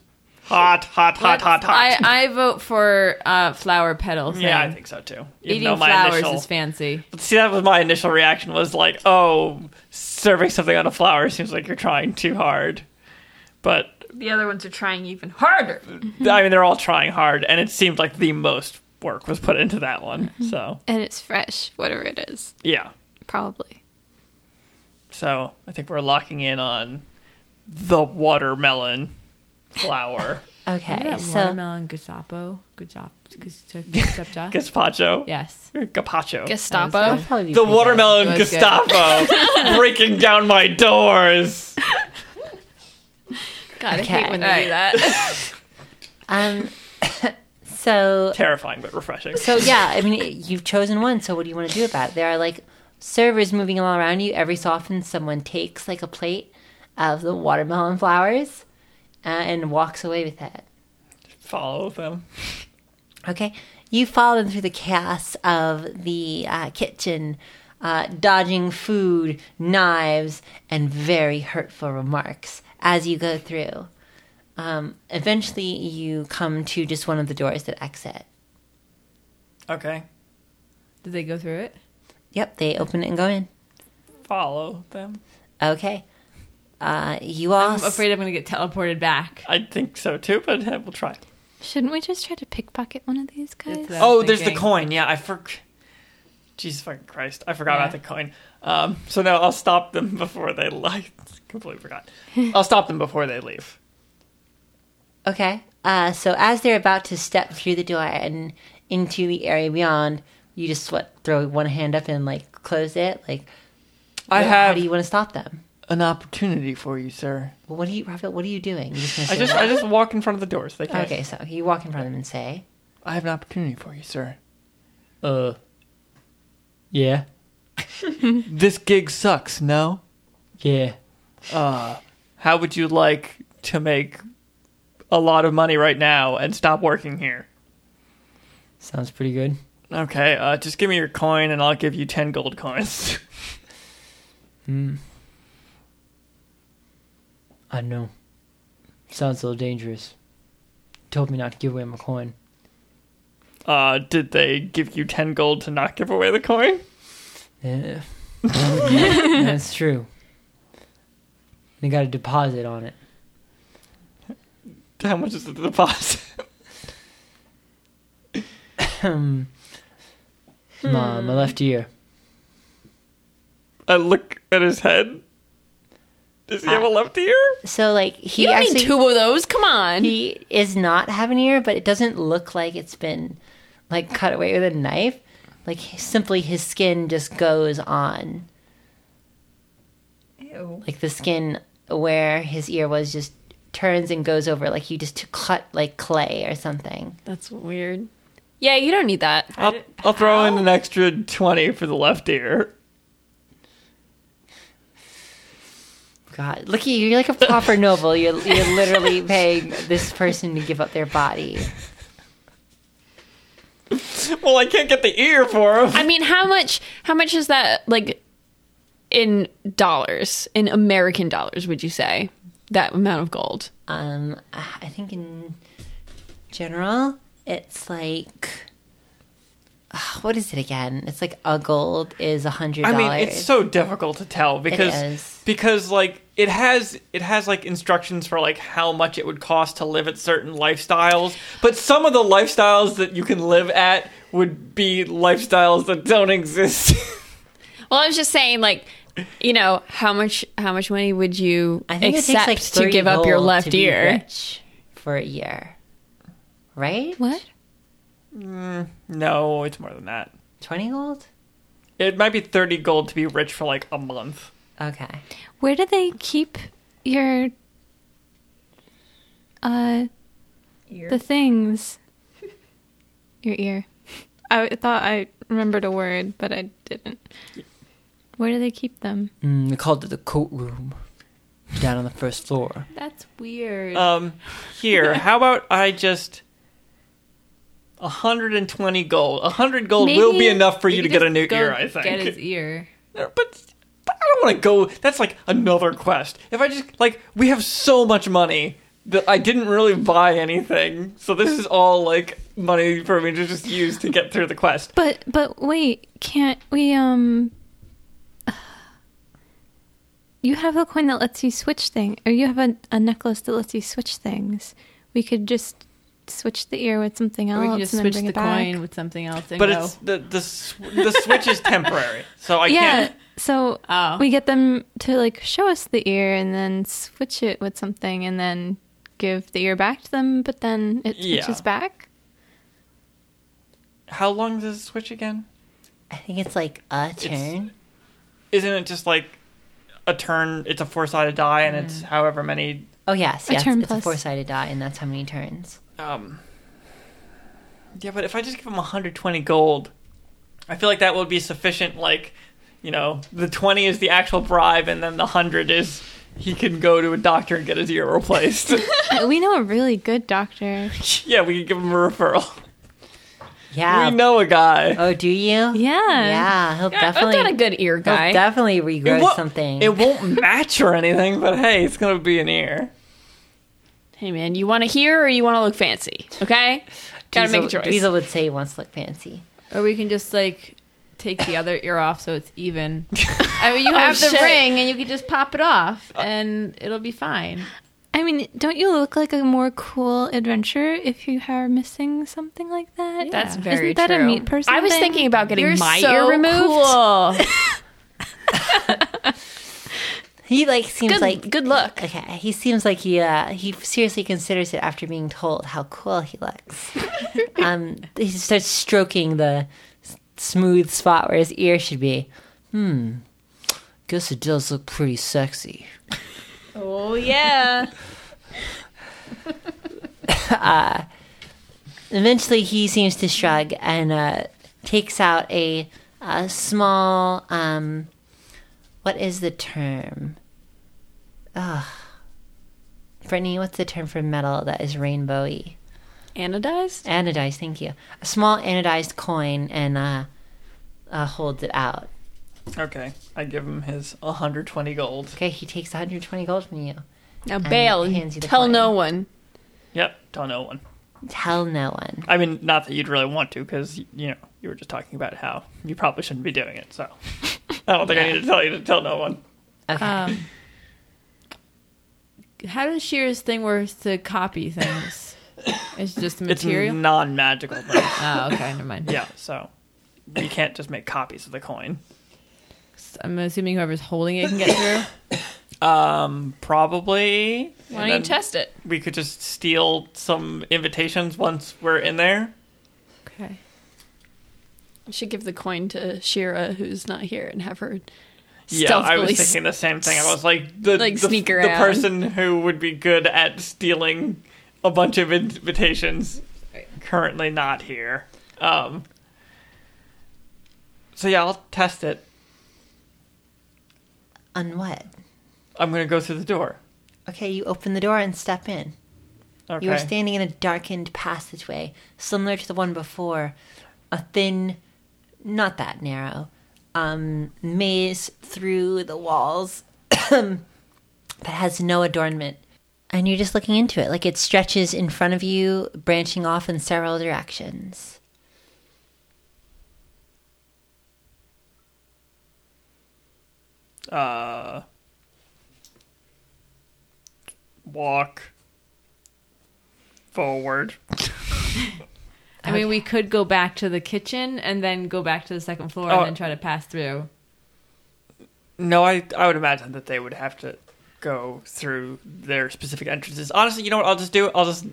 Speaker 5: Hot, hot, hot, hot, hot.
Speaker 4: I, I vote for uh, flower petals.
Speaker 5: yeah, I think so too. Even
Speaker 4: Eating
Speaker 5: though my
Speaker 4: flowers
Speaker 5: initial,
Speaker 4: is fancy.
Speaker 5: See, that was my initial reaction was like, oh, serving something on a flower seems like you're trying too hard. But
Speaker 3: The other ones are trying even harder.
Speaker 5: I mean, they're all trying hard, and it seemed like the most work was put into that one.
Speaker 4: Mm-hmm.
Speaker 5: So
Speaker 2: and it's fresh, whatever it is,
Speaker 5: yeah,
Speaker 2: probably.
Speaker 5: so I think we're locking in on the watermelon flower.
Speaker 1: Okay.
Speaker 4: That
Speaker 1: So
Speaker 4: watermelon Gestapo. Good job. Gestapo.
Speaker 5: Gazpacho.
Speaker 4: yes.
Speaker 5: Gazpacho.
Speaker 3: Gestapo.
Speaker 1: probably be
Speaker 5: The
Speaker 1: pretty
Speaker 5: watermelon
Speaker 4: Good, good.
Speaker 5: Gestapo breaking down my doors.
Speaker 3: God, I
Speaker 1: Okay.
Speaker 3: hate when they do that.
Speaker 1: good. Um. so
Speaker 5: Terrifying but refreshing.
Speaker 1: so yeah. I mean, you've chosen one. So what do you want to do about it? There are like servers moving all around you. Every so often, someone takes like a plate of the watermelon flowers uh, and walks away with it.
Speaker 5: Follow them.
Speaker 1: Okay. You follow them through the chaos of the uh, kitchen, uh, dodging food, knives, and very hurtful remarks as you go through. Um, eventually, you come to just one of the doors that exit.
Speaker 5: Okay.
Speaker 4: Did they go through it?
Speaker 1: Yep, they open it and go in.
Speaker 5: Follow them.
Speaker 1: Okay. Uh, you all.
Speaker 4: I'm afraid I'm going to get teleported back.
Speaker 5: I think so too, but uh, we'll try.
Speaker 2: Shouldn't we just try to pickpocket one of these guys?
Speaker 4: That's what I
Speaker 5: oh,
Speaker 4: was
Speaker 5: there's the
Speaker 4: thinking.
Speaker 5: coin. Yeah, I forgot. Jesus fucking Christ. I forgot
Speaker 4: Yeah.
Speaker 5: about the coin. Um, so now I'll stop them before they leave. completely forgot. I'll stop them before they leave.
Speaker 1: Okay. Uh, so as they're about to step through the door and into the area beyond, you just what throw one hand up and like close it. Like,
Speaker 5: I
Speaker 1: how
Speaker 5: have
Speaker 1: do you want to stop them?
Speaker 5: an opportunity for you, sir.
Speaker 1: Well, what are you, Raphael? What are you doing? You're gonna
Speaker 5: I
Speaker 1: say
Speaker 5: just
Speaker 1: no?
Speaker 5: I just walk in front of the doors. They can't.
Speaker 1: okay. So you walk in front of them and say,
Speaker 5: I have an opportunity for you, sir.
Speaker 6: Uh, yeah,
Speaker 5: This gig sucks, no?
Speaker 6: yeah.
Speaker 5: How would you like to make a lot of money right now and stop working here?
Speaker 6: Sounds pretty good.
Speaker 5: Okay, uh, just give me your coin and I'll give you 10 gold coins.
Speaker 6: I don't know. Sounds a little dangerous. Told me not to give away my coin.
Speaker 5: Uh, did they give you 10 gold to not give away the coin?
Speaker 6: Yeah. That's true. They got a deposit on it.
Speaker 5: How much is the deposit?
Speaker 6: Um, my, my left ear.
Speaker 5: I look at his head Does he have a left ear?
Speaker 1: So like he
Speaker 3: You don't
Speaker 1: actually
Speaker 3: need two of those. Come on.
Speaker 1: he is not having an ear, but it doesn't look like it's been like cut away with a knife. Like simply his skin just goes on.
Speaker 7: Ew.
Speaker 1: Like the skin where his ear was just turns and goes over like you just cut like clay or something.
Speaker 3: That's weird. Yeah, you don't need that.
Speaker 5: I'll, I'll throw in an extra 20 for the left ear.
Speaker 1: God, look at you. You're like a proper noble. You're, you're literally paying this person to give up their body.
Speaker 5: Well, I can't get the ear for him.
Speaker 3: I mean, how much? How much is that like in dollars, in American dollars? Would you say that amount of gold?
Speaker 1: Um, I think in general, it's like ah, what is it again? It's like a gold is a hundred
Speaker 5: I
Speaker 1: dollars.
Speaker 5: mean, it's so difficult to tell because
Speaker 1: is.
Speaker 5: because like it has it has like instructions for like how much it would cost to live at certain lifestyles, but some of the lifestyles that you can live at would be lifestyles that don't exist.
Speaker 3: Well, I was just saying, like, you know, how much? How much money would you
Speaker 1: I think
Speaker 3: accept
Speaker 1: it takes like
Speaker 3: to
Speaker 1: 30
Speaker 3: give up your
Speaker 1: gold to
Speaker 3: left
Speaker 1: be
Speaker 3: ear?
Speaker 1: rich for a year, right?
Speaker 3: What?
Speaker 5: no, it's more than that.
Speaker 1: Twenty gold?
Speaker 5: It might be 30 gold to be rich for like a month.
Speaker 1: Okay.
Speaker 2: Where do they keep your uh
Speaker 7: Ear.
Speaker 2: the things? Your ear. I thought I remembered a word, but I didn't. Where do they keep them?
Speaker 6: Mm, they called it the coat room down on the first floor.
Speaker 2: That's weird.
Speaker 5: Um, here, how about I just. 120 gold. 100 gold will be
Speaker 2: Maybe
Speaker 5: enough for you to
Speaker 4: could
Speaker 5: get a
Speaker 4: just
Speaker 5: new
Speaker 4: go
Speaker 5: ear, I think.
Speaker 4: Get his ear.
Speaker 5: Uh, But, but I don't want to go. That's like another quest. If I just like, we have so much money that I didn't really buy anything. So this is all like money for me to just use to get through the quest.
Speaker 2: But but wait, can't we um you have a coin that lets you switch things, or you have a, a necklace that lets you switch things. We could just switch the ear with something
Speaker 4: Or
Speaker 2: else
Speaker 4: we can just
Speaker 2: and
Speaker 4: switch
Speaker 2: then bring
Speaker 4: the
Speaker 2: it back.
Speaker 4: coin with something else. And
Speaker 5: But
Speaker 4: go.
Speaker 5: it's the the sw- the switch is temporary, so I
Speaker 2: yeah,
Speaker 5: can't.
Speaker 2: so
Speaker 3: Uh-huh.
Speaker 4: Oh.
Speaker 2: we get them to like show us the ear and then switch it with something and then give the ear back to them, but then it
Speaker 5: Yeah.
Speaker 2: switches back.
Speaker 5: How long does it switch again?
Speaker 1: I think it's like a turn.
Speaker 5: Isn't it just like a turn? It's a four sided die, and it's however many.
Speaker 1: oh yes,
Speaker 2: A
Speaker 1: yes.
Speaker 2: turn
Speaker 1: it's a
Speaker 2: plus.
Speaker 1: four-sided die, and that's how many turns.
Speaker 5: Um, yeah, but if I just give him 120 gold, I feel like that would be sufficient. Like, you know, the 20 is the actual bribe, and then the 100 is he can go to a doctor and get his ear replaced.
Speaker 2: Uh, we know a really good doctor.
Speaker 5: yeah, we could give him a referral.
Speaker 1: Yeah.
Speaker 5: we know a guy.
Speaker 1: Oh, do you?
Speaker 2: Yeah.
Speaker 1: Yeah, he'll
Speaker 3: I've
Speaker 1: definitely
Speaker 3: got a good
Speaker 4: Oh,
Speaker 3: ear
Speaker 1: he'll
Speaker 3: guy.
Speaker 1: definitely regrow
Speaker 5: won't-
Speaker 1: something.
Speaker 5: It won't match or anything, but hey, it's gonna be an ear.
Speaker 3: hey, man, you want to hear or you want to look fancy? Okay, gotta make a
Speaker 1: Dweezil-
Speaker 3: choice.
Speaker 1: Dweezil would say he wants to look fancy.
Speaker 4: Or we can just like take the other ear off so it's even. I mean, you have the
Speaker 3: Oh, shit. Uh,
Speaker 4: ring and you can just pop it off and it'll be fine.
Speaker 2: I mean, don't you look like a more cool adventure if you are missing something like that?
Speaker 3: That's
Speaker 2: Isn't
Speaker 3: very
Speaker 2: that a
Speaker 3: true.
Speaker 2: meat person?
Speaker 3: I was
Speaker 2: thing?
Speaker 3: thinking about getting my
Speaker 4: so
Speaker 3: ear removed.
Speaker 4: cool.
Speaker 1: He like seems
Speaker 3: Good,
Speaker 1: like
Speaker 3: good look.
Speaker 1: okay. He seems like he uh, he seriously considers it after being told how cool he looks. um, he starts stroking the s- smooth spot where his ear should be.
Speaker 6: Guess it does look pretty sexy.
Speaker 4: oh yeah.
Speaker 1: Eventually, he seems to shrug and uh, takes out a, a small. Um, what is the term? Ugh. Brittany, what's the term for metal that is rainbowy?
Speaker 3: Anodized.
Speaker 1: Anodized, thank you. A small anodized coin and uh, uh, holds it out.
Speaker 5: Okay, I give him his 120 gold.
Speaker 1: Okay, he takes 120 gold from you.
Speaker 3: Now bail. and
Speaker 1: hands you the
Speaker 3: Tell
Speaker 1: coin.
Speaker 3: no one.
Speaker 5: Yep, tell no one.
Speaker 1: Tell no one.
Speaker 5: I mean, not that you'd really want to, because you know you were just talking about how you probably shouldn't be doing it. So I don't think I need to tell you to tell no one.
Speaker 1: Okay.
Speaker 4: Um, how does Shear's thing work to copy things? It's just the material.
Speaker 5: It's non-magical. Thing.
Speaker 4: oh, okay, never mind.
Speaker 5: yeah, so you can't just make copies of the coin.
Speaker 4: I'm assuming whoever's holding it can get through.
Speaker 5: Um, probably. And
Speaker 3: Why don't you
Speaker 5: then
Speaker 3: test it?
Speaker 5: We could just steal some invitations once we're in there.
Speaker 4: Okay.
Speaker 3: I should give the coin to Shira, who's not here, and have her
Speaker 5: Yeah, I
Speaker 3: stealthily
Speaker 5: was thinking the same thing. I was like, the
Speaker 3: Like,
Speaker 5: the,
Speaker 3: sneak
Speaker 5: the
Speaker 3: around.
Speaker 5: person who would be good at stealing a bunch of invitations currently not here. Um. So yeah, I'll test it.
Speaker 1: On what?
Speaker 5: I'm gonna go through the door.
Speaker 1: Okay, you open the door and step in.
Speaker 5: Okay.
Speaker 1: You are standing in a darkened passageway, similar to the one before. A thin, not that narrow, um, maze through the walls that has no adornment. And you're just looking into it. Like it stretches in front of you, branching off in several directions.
Speaker 5: uh walk forward.
Speaker 4: I mean, we could go back to the kitchen and then go back to the second floor
Speaker 5: Oh.
Speaker 4: and then try to pass through.
Speaker 5: No, I I would imagine that they would have to go through their specific entrances. Honestly, you know what I'll just do? I'll just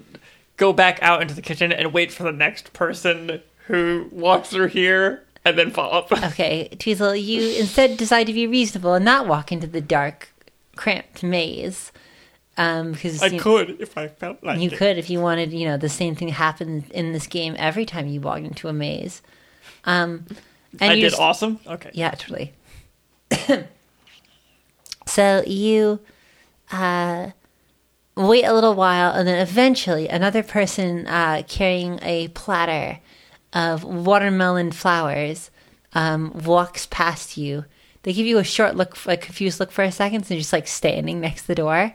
Speaker 5: go back out into the kitchen and wait for the next person who walks through here and then follow up.
Speaker 1: Okay, Tweezle, you instead decide to be reasonable and not walk into the dark, cramped maze. Um, because
Speaker 5: I
Speaker 1: you-
Speaker 5: could if I felt like
Speaker 1: You
Speaker 5: it.
Speaker 1: could if you wanted, you know, the same thing happened in this game every time you walked into a maze. Um, and
Speaker 5: I
Speaker 1: you
Speaker 5: did
Speaker 1: just-
Speaker 5: awesome. Okay.
Speaker 1: Yeah, totally. so you uh, wait a little while, and then eventually another person uh, carrying a platter of watermelon flowers um, walks past you. They give you a short look, a confused look for a second, so you're just like standing next to the door, uh,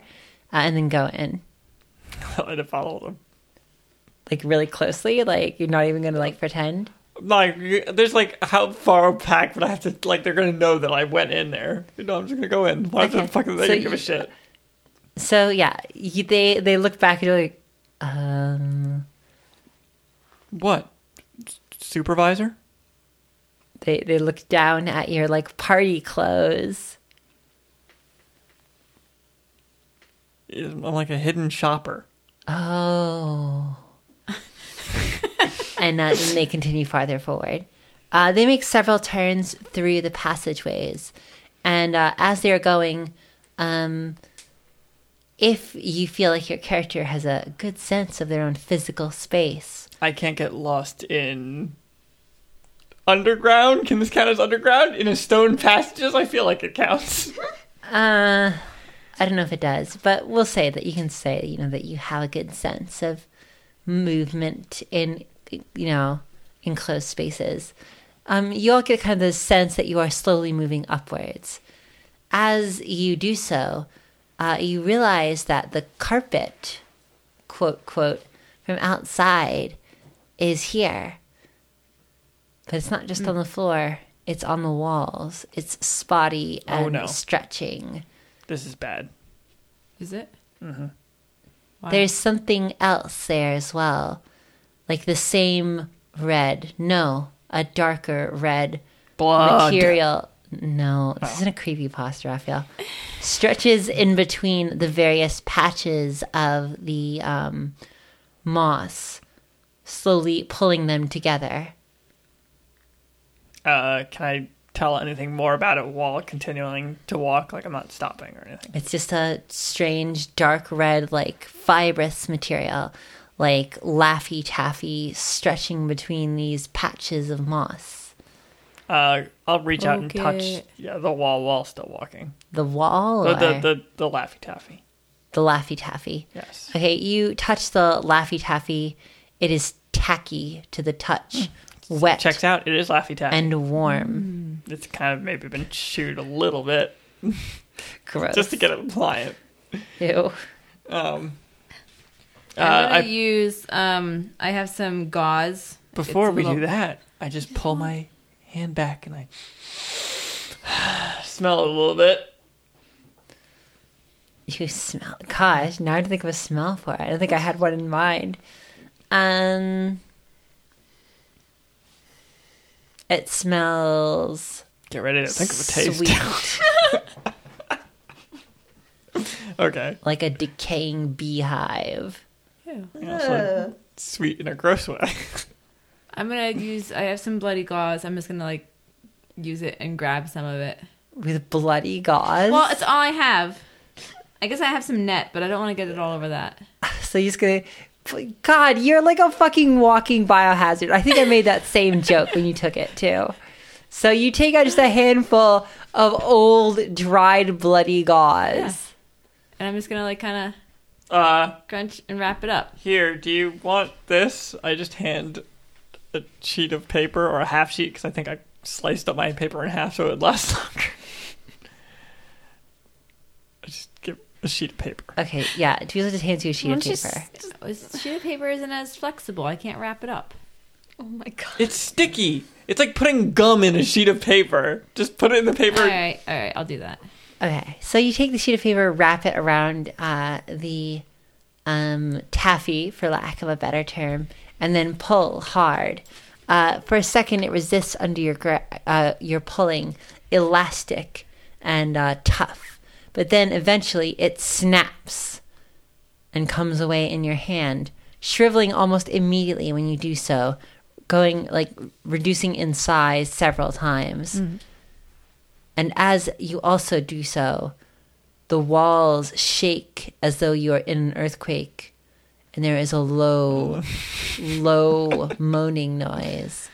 Speaker 1: and then go in.
Speaker 5: I had to follow them.
Speaker 1: like really closely. Like you're not even gonna like pretend.
Speaker 5: Like, there's like how far back would I have to? Like, they're gonna know that I went in there. You know, I'm just gonna go in. Why the
Speaker 1: Okay,
Speaker 5: fuck do they
Speaker 1: so
Speaker 5: give
Speaker 1: you-
Speaker 5: a shit?
Speaker 1: So yeah, you, they they look back and you're like, um,
Speaker 5: What? S- Supervisor?
Speaker 1: they they look down at your like party clothes.
Speaker 5: I'm like a hidden shopper.
Speaker 1: Oh. and uh, then they continue farther forward. Uh, they make several turns through the passageways. And uh, as they are going, um, if you feel like your character has a good sense of their own physical space,
Speaker 5: I can't get lost in underground. Can this count as underground? In a stone passages? I feel like it counts.
Speaker 1: Uh, I don't know if it does, but we'll say that you can say you know that you have a good sense of movement in you know enclosed spaces. Um, you all get kind of the sense that you are slowly moving upwards. As you do so, uh, you realize that the carpet, quote quote, from outside is here. But it's not just
Speaker 5: Hmm.
Speaker 1: on the floor, it's on the walls. It's spotty and
Speaker 5: Oh, no.
Speaker 1: stretching.
Speaker 5: this is bad.
Speaker 4: Is it? Wow.
Speaker 1: There's something else there as well. Like the same red. No, a darker red
Speaker 5: Blood.
Speaker 1: material. No, this isn't a creepy pasta, Raphael. Stretches in between the various patches of the um, moss, slowly pulling them together.
Speaker 5: Uh, can I tell anything more about it while continuing to walk? Like I'm not stopping or anything.
Speaker 1: It's just a strange dark red, like fibrous material, like laffy taffy stretching between these patches of moss.
Speaker 5: Uh, I'll reach out and
Speaker 4: Okay.
Speaker 5: touch yeah the wall while still walking.
Speaker 1: The wall,
Speaker 5: The
Speaker 1: or
Speaker 5: the
Speaker 1: the,
Speaker 5: the, the laffy taffy.
Speaker 1: laffy taffy.
Speaker 5: Yes.
Speaker 1: Okay, you touch the laffy taffy. It is tacky to the touch, wet
Speaker 5: Hmm. Checks out. It is laffy taffy.
Speaker 1: and warm.
Speaker 5: it's kind of maybe been chewed a little bit
Speaker 1: Gross.
Speaker 5: Hmm. just to get it pliant.
Speaker 1: Ew.
Speaker 5: Um, uh,
Speaker 4: I'm gonna
Speaker 5: I,
Speaker 4: use. Um, I have some gauze.
Speaker 5: before
Speaker 4: It's a
Speaker 5: we do
Speaker 4: little-
Speaker 5: that, I just pull my hand back and I smell it a little bit.
Speaker 1: You smell. Gosh, now I have to think of a smell for it. I don't think I had one in mind. Um, it smells
Speaker 5: Get ready to think of a taste.
Speaker 1: sweet.
Speaker 5: Okay.
Speaker 1: like a decaying beehive.
Speaker 5: Also, sweet in a gross way.
Speaker 4: I'm gonna use. I have some bloody gauze. I'm just gonna like use it and grab some of it.
Speaker 1: with bloody gauze.
Speaker 4: Well, it's all I have. I guess I have some net, but I don't want to get it all over that.
Speaker 1: so you're just gonna. God, you're like a fucking walking biohazard. I think I made that same joke when you took it too. So you take out just a handful of old, dried, bloody gauze.
Speaker 4: And I'm just gonna like kind
Speaker 5: Uh,
Speaker 4: of crunch and wrap it up.
Speaker 5: here, do you want this? I just hand a sheet of paper or a half sheet because I think I sliced up my paper in half so it would last longer. I just give a sheet of paper.
Speaker 1: Okay, yeah. Teresa just hands you a sheet of
Speaker 3: Why don't
Speaker 1: paper.
Speaker 3: you s-
Speaker 4: A sheet of paper isn't as flexible. I can't wrap it up.
Speaker 3: Oh my god.
Speaker 5: It's sticky. It's like putting gum in a sheet of paper. Just put it in the paper.
Speaker 4: All right, all right, I'll do that.
Speaker 1: Okay, so you take the sheet of paper, wrap it around uh, the um, taffy, for lack of a better term, and then pull hard. Uh, for a second, it resists under your gra- uh, your pulling, elastic and uh, tough. But then eventually, it snaps and comes away in your hand, shriveling almost immediately when you do so, going like reducing in size several times. And as you also do so, the walls shake as though you are in an earthquake, and there is a low, low moaning noise,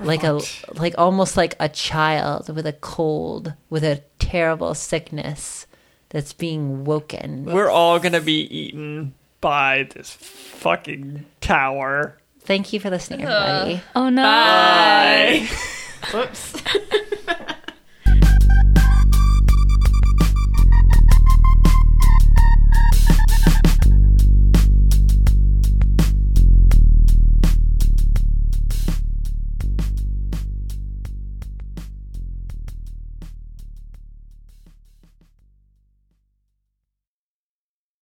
Speaker 1: like a like almost like a child with a cold, with a terrible sickness that's being woken.
Speaker 5: We're all gonna be eaten by this fucking tower.
Speaker 1: Thank you for listening, everybody.
Speaker 2: Oh no.
Speaker 5: Bye.
Speaker 4: Whoops.